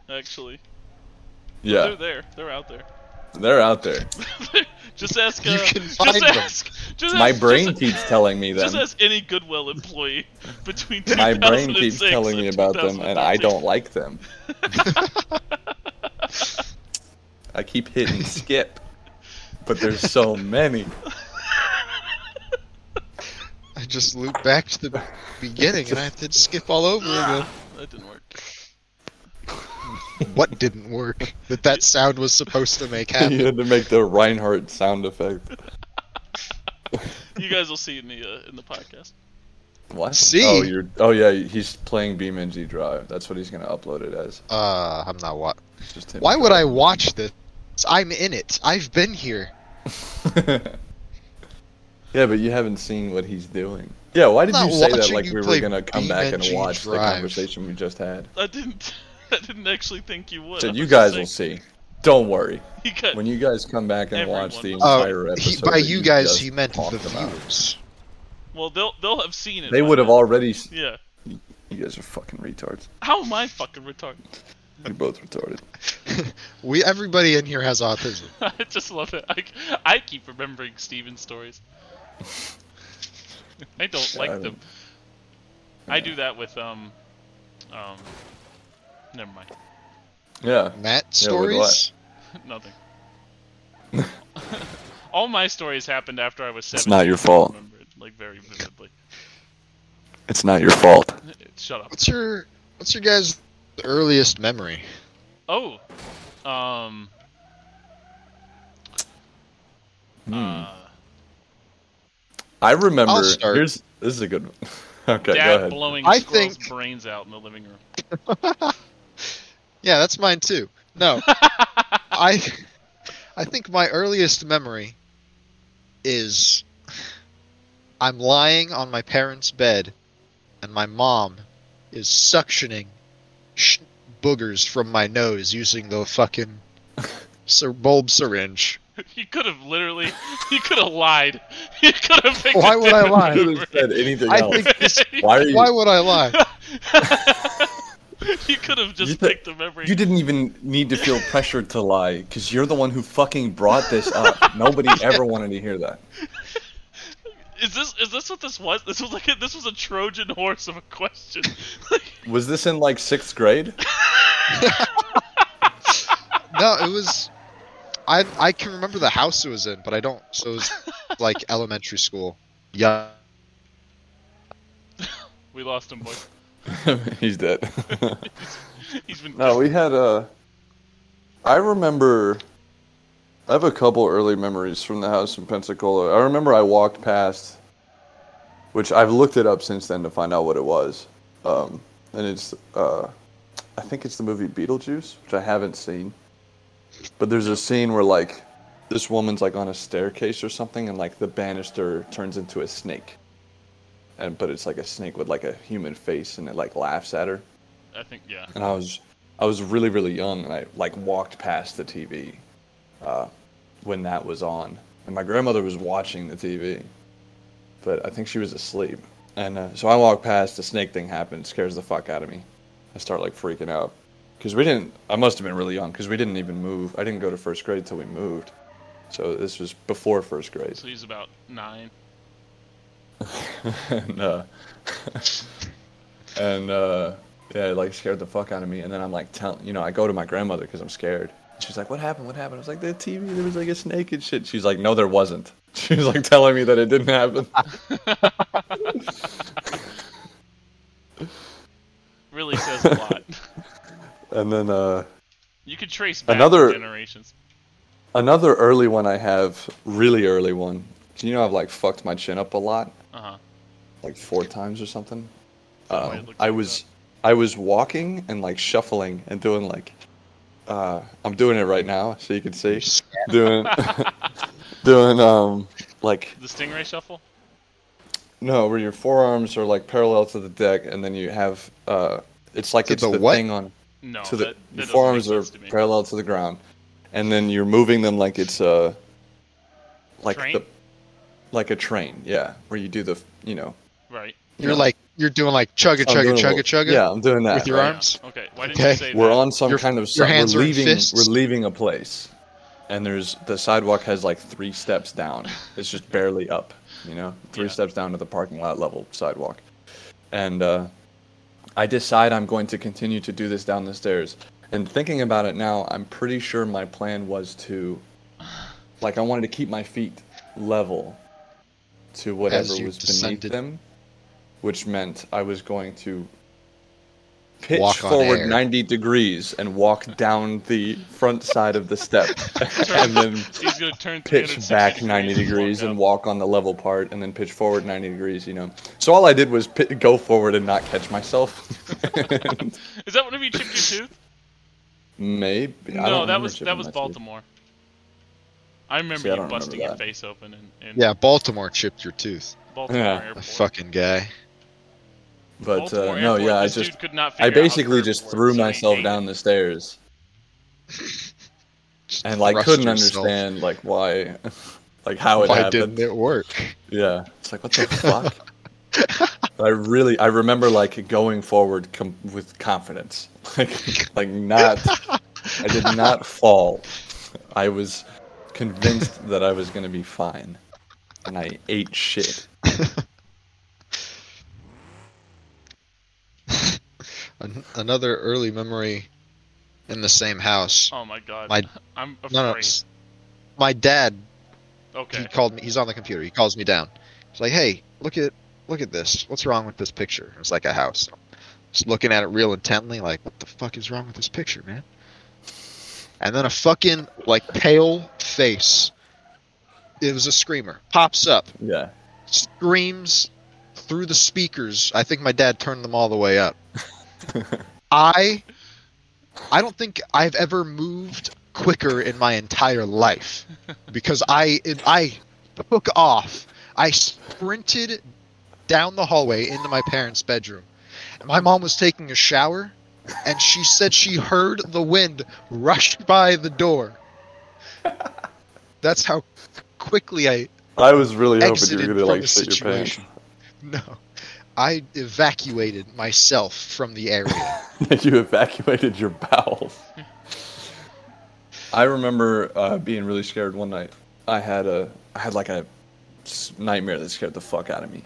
Actually,
<laughs> yeah,
they're there. They're out there. <laughs>
they're out there.
just ask. Uh,
You can find
just
them.
ask. Just
My
ask,
brain
just,
keeps telling me
Just
them.
ask any Goodwill employee <laughs> between
<laughs> My brain
2006
keeps telling
and
me about them, and I
2013.
don't like
<laughs>
them. I keep hitting skip, but there's so many. <laughs>
I just loop back to the beginning, and I have to skip all over again.
<laughs>
That didn't work.
What didn't work that that sound was supposed to make happen?
<laughs> you had to make the Reinhardt sound effect.
You guys will see in the uh, in the podcast.
What?
See?
Oh, you're. Oh yeah, he's playing BeamNG Drive. That's what he's gonna upload it as.
Uh, I'm not what.
Just him
Why would I
driving.
watch this? I'm in it. I've been here.
<laughs> yeah, but you haven't seen what he's doing. Yeah, why did
I'm
you
not
say that
watching
like
you
we were
play
gonna come back and
BeamNG
watch the
Drive.
conversation we just had?
I didn't. <laughs> I didn't actually think you would. I
Said you
was
guys
just
will
like,
see. Don't worry.
<laughs> You got,
<laughs> When you guys come back and watch the
Everyone
will.
entire
Oh,
episode,
he- by
that
you guys,
just
he meant
talked
the
about.
viewers.
well, they'll they'll have seen it.
They
by
would have
now.
already. s-
Yeah.
You guys are fucking retards.
How am I fucking retarded? <laughs>
You're both retarded.
We everybody in here has autism.
I just love it. I, I keep remembering Steven's stories. <laughs> I don't
Yeah, I
like them.
don't-
I do that with um, um. Never mind.
Yeah.
Matt
Yeah, with what?
stories. <laughs>
Nothing. All my stories happened after I was seven.
It's not your fault.
I remember it, like very vividly.
It's not your fault.
Shut up.
What's your What's your guys' earliest memory?
Oh, um,
Hmm.
uh,
I remember.
I'll start.
Here's this is a good one. <laughs> okay, go
dad
ahead.
blowing
I
squirrels'
think-
brains out in the living room. <laughs>
Yeah, that's mine too.
<laughs>
No, I I think my earliest memory is I'm lying on my parents' bed, and my mom is suctioning sh- boogers from my nose using the
<laughs>
fucking sir- bulb syringe.
You could have literally, <laughs> you could have lied. <laughs> You could have. picked
Why
a
would
I
I lie?
<laughs> different
could
number.
have said anything
<laughs> I
else.
think this,
Why <laughs> are you?
why would I lie?
you could have just
You th-
picked a memory.
You didn't even need to feel pressured to lie because you're the one who fucking brought this
<laughs>
up. Nobody ever wanted to hear that.
Is this is this what this was? This was like a, this was a Trojan horse of a question. <laughs> Like,
Was this in like sixth grade? <laughs>
No,
<laughs>
it was. I I can remember the house it was in, but I don't. So it was like elementary school. Yeah.
we lost him, boys.
He's dead. <laughs>
He's been.
no, we had Uh, I remember. I have a couple early memories from the house in Pensacola. I remember I walked past, which I've looked it up since then to find out what it was. Um, and it's, uh, I think it's the movie Beetlejuice, which I haven't seen. But there's a scene where like this woman's like on a staircase or something, and like the banister turns into a snake. And but it's like a snake with like a human face, and it like laughs at her
I think yeah.
and I was I was really really young, and I like walked past the TV uh, when that was on, and my grandmother was watching the TV, but I think she was asleep. And uh, so I walk past, the snake thing happens, scares the fuck out of me. I start like freaking out because we didn't. I must have been really young because we didn't even move. I didn't go to first grade till we moved, so this was before first grade.
So he's about nine.
and uh, <laughs> and uh, yeah, it, like scared the fuck out of me. And then I'm like, tell you know, I go to my grandmother because I'm scared. She's like, "What happened? What happened?" I was like, "The TV. There was like a snake and shit." She's like, "No, there wasn't." <laughs> She was like telling me that it didn't happen.
Really says a lot.
<laughs> <laughs> And then uh,
You could trace back
Another-
generations.
another early one I have, really early one. 'cause You know, I've like fucked my chin up a lot.
Uh huh.
like four times or something.
Oh, it
Um,
looks
I
like
was I was walking and like shuffling and doing like uh, I'm doing it right now so you can see doing <laughs> doing um like
The stingray shuffle.
no where your forearms are like parallel to the deck and then you have uh it's like
To
it's
the
the,
what?
thing on
No,
to the
Oh, that, that
your
doesn't
forearms
make
are
sense to me.
parallel to the ground and then you're moving them like it's uh like
Train?
the like a train yeah where you do the you know
right.
You're
Yeah.
like you're doing like chugga
I'm
chugga
doing a
chugga
little-
chugga.
yeah I'm doing that
with your
right
arm?
now.
Arms?
Okay. Why didn't
Okay.
you say
We're
that?
on some
Your-
kind of
your
si-
hands are
we're
in
leaving
fists?
we're leaving a place. And there's the sidewalk has like three steps down. It's just barely up, you know? Three
Yeah.
steps down to the parking lot level sidewalk. And uh, I decide I'm going to continue to do this down the stairs. And thinking about it now, I'm pretty sure my plan was to like I wanted to keep my feet level to whatever
you
was beneath
descended.
them, which meant I was going to pitch
Walk on
forward
air.
90 degrees and walk down the front side of the
<laughs>
step and then
He's gonna turn
pitch
360
back 90 degrees and walk on the level part and then pitch forward 90 degrees you know so all i did was pi go forward and not catch myself <laughs> And
up. Is that whenever you chipped your
<laughs>
tooth?
maybe I don't
no, that
remember
was
chipping
that was
my teeth.
Baltimore. I remember
See, I
you
don't remember
busting your
that.
face open in, in
Yeah, Baltimore chipped your tooth.
Baltimore
Yeah.
airport.
The fucking guy.
but
Baltimore
uh, no
airport,
yeah i
this
just
dude could not
I
figure out how
basically
curves
just
work,
threw
so he
myself
ate
down the
<laughs>
stairs
Just
and like
thrust
couldn't
yourself.
understand like why <laughs> like how it
Why
happened.
didn't it work?
Yeah. It's like what the fuck? I really I remember like going forward com- with confidence. <laughs> Like like not I did not fall. I was convinced that I was going to be fine. And I ate shit.
An- another early memory in the same house.
it. Oh my god.
My-
I'm afraid.
no, no. s- My dad
okay.
he called me he's on the computer he calls me down he's like hey look at look at this what's wrong with this picture it's like a house just looking at it real intently like what the fuck is wrong with this picture man and then a fucking like pale face it was a screamer pops up
Yeah.
screams through the speakers i think my dad turned them all the way up i i don't think i've ever moved quicker in my entire life because I I took off. I sprinted down the hallway into my parents' bedroom. My mom was taking a shower, and she said she heard the wind rush by the door. That's how quickly I
I was really
exited from the situation. <laughs> No, I evacuated myself from the area.
<laughs> that you evacuated your bowels. I remember uh, being really scared one night. I had a, I had like a s- nightmare that scared the fuck out of me.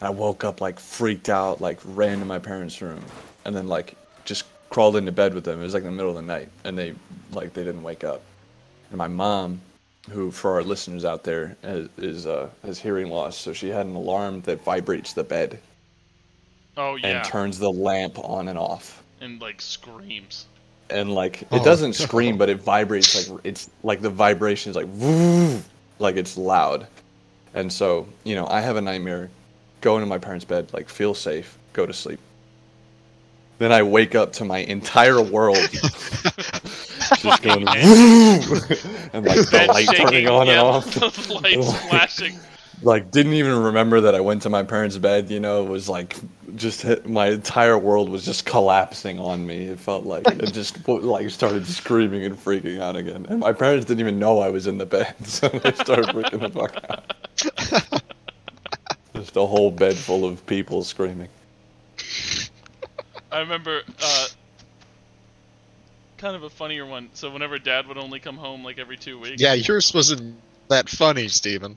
And I woke up like freaked out, like ran to my parents' room, and then like just crawled into bed with them. It was like the middle of the night, and they like they didn't wake up. And my mom, who for our listeners out there is, is uh, has hearing loss, so she had an alarm that vibrates the bed
oh yeah.
and turns the lamp on and off
and like screams.
and like it
Oh,
doesn't
no.
scream, but it vibrates like it's like the vibration is like "Vroom," like it's loud, and so you know I have a nightmare, go into my parents' bed, like feel safe, go to sleep. Then I wake up to my entire world <laughs> just going
<laughs>
"Vroom," and like the
Bed
light
shaking,
turning on
yeah, <laughs>
and off
The
<laughs>
lights flashing.
like didn't even remember that I went to my parents' bed, you know, was like just hit, my entire world was just collapsing on me. It felt like it just like started screaming and freaking out again. And my parents didn't even know I was in the bed, <laughs> so they started freaking the fuck out. just a whole bed full of people screaming.
I remember uh, kind of a funnier one. So whenever Dad would only come home like every two weeks.
Yeah, yours wasn't that funny, Stephen.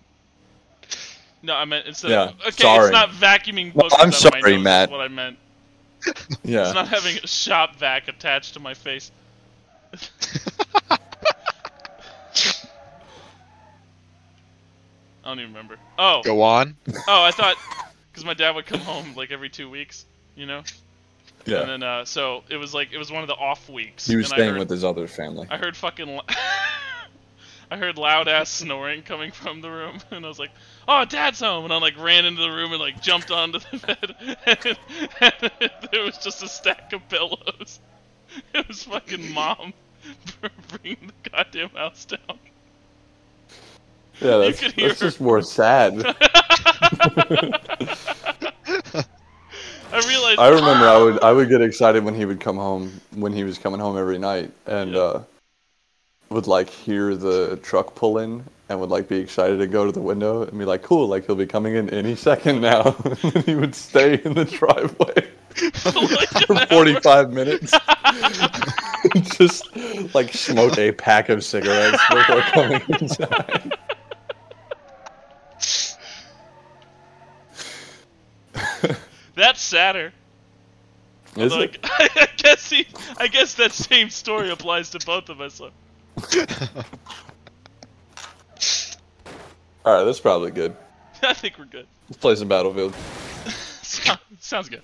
No, I meant instead
Yeah,
of okay,
sorry.
it's not vacuuming
Well,
books.
I'm
out of my
sorry,
nose is
Matt.
What I meant.
Yeah,
It's not having a shop vac attached to my face. <laughs> I don't even remember. Oh,
Go on.
oh, I thought because my dad would come home like every two weeks, you know.
yeah.
And then uh, so it was like it was one of the off weeks.
He was
and I
staying
heard-
with his other family.
I heard fucking. l- <laughs> I heard loud ass snoring coming from the room, <laughs> and I was like, "Oh, Dad's home!" And I like ran into the room and like jumped onto the <laughs> bed, and, <laughs> there was just a stack of pillows. <laughs> It was fucking mom <laughs> bringing the goddamn house down.
Yeah,
<laughs> You
that's,
could hear
that's just more sad.
I realized. <laughs>
I remember I would I would get excited when he would come home when he was coming home every night and uh, would like hear the truck pull in and would like be excited to go to the window and be like cool like he'll be coming in any <laughs> second now and he would stay in the driveway <laughs>
<laughs>
for 45 minutes <laughs> just like smoke a pack of cigarettes before coming inside
That's sadder.
Is
Like, <laughs>
it?
I guess he, I guess that same story applies to both of us. Like,
all right that's probably good
I think we're good.
let's play some battlefield
<laughs> Sounds- Sounds good.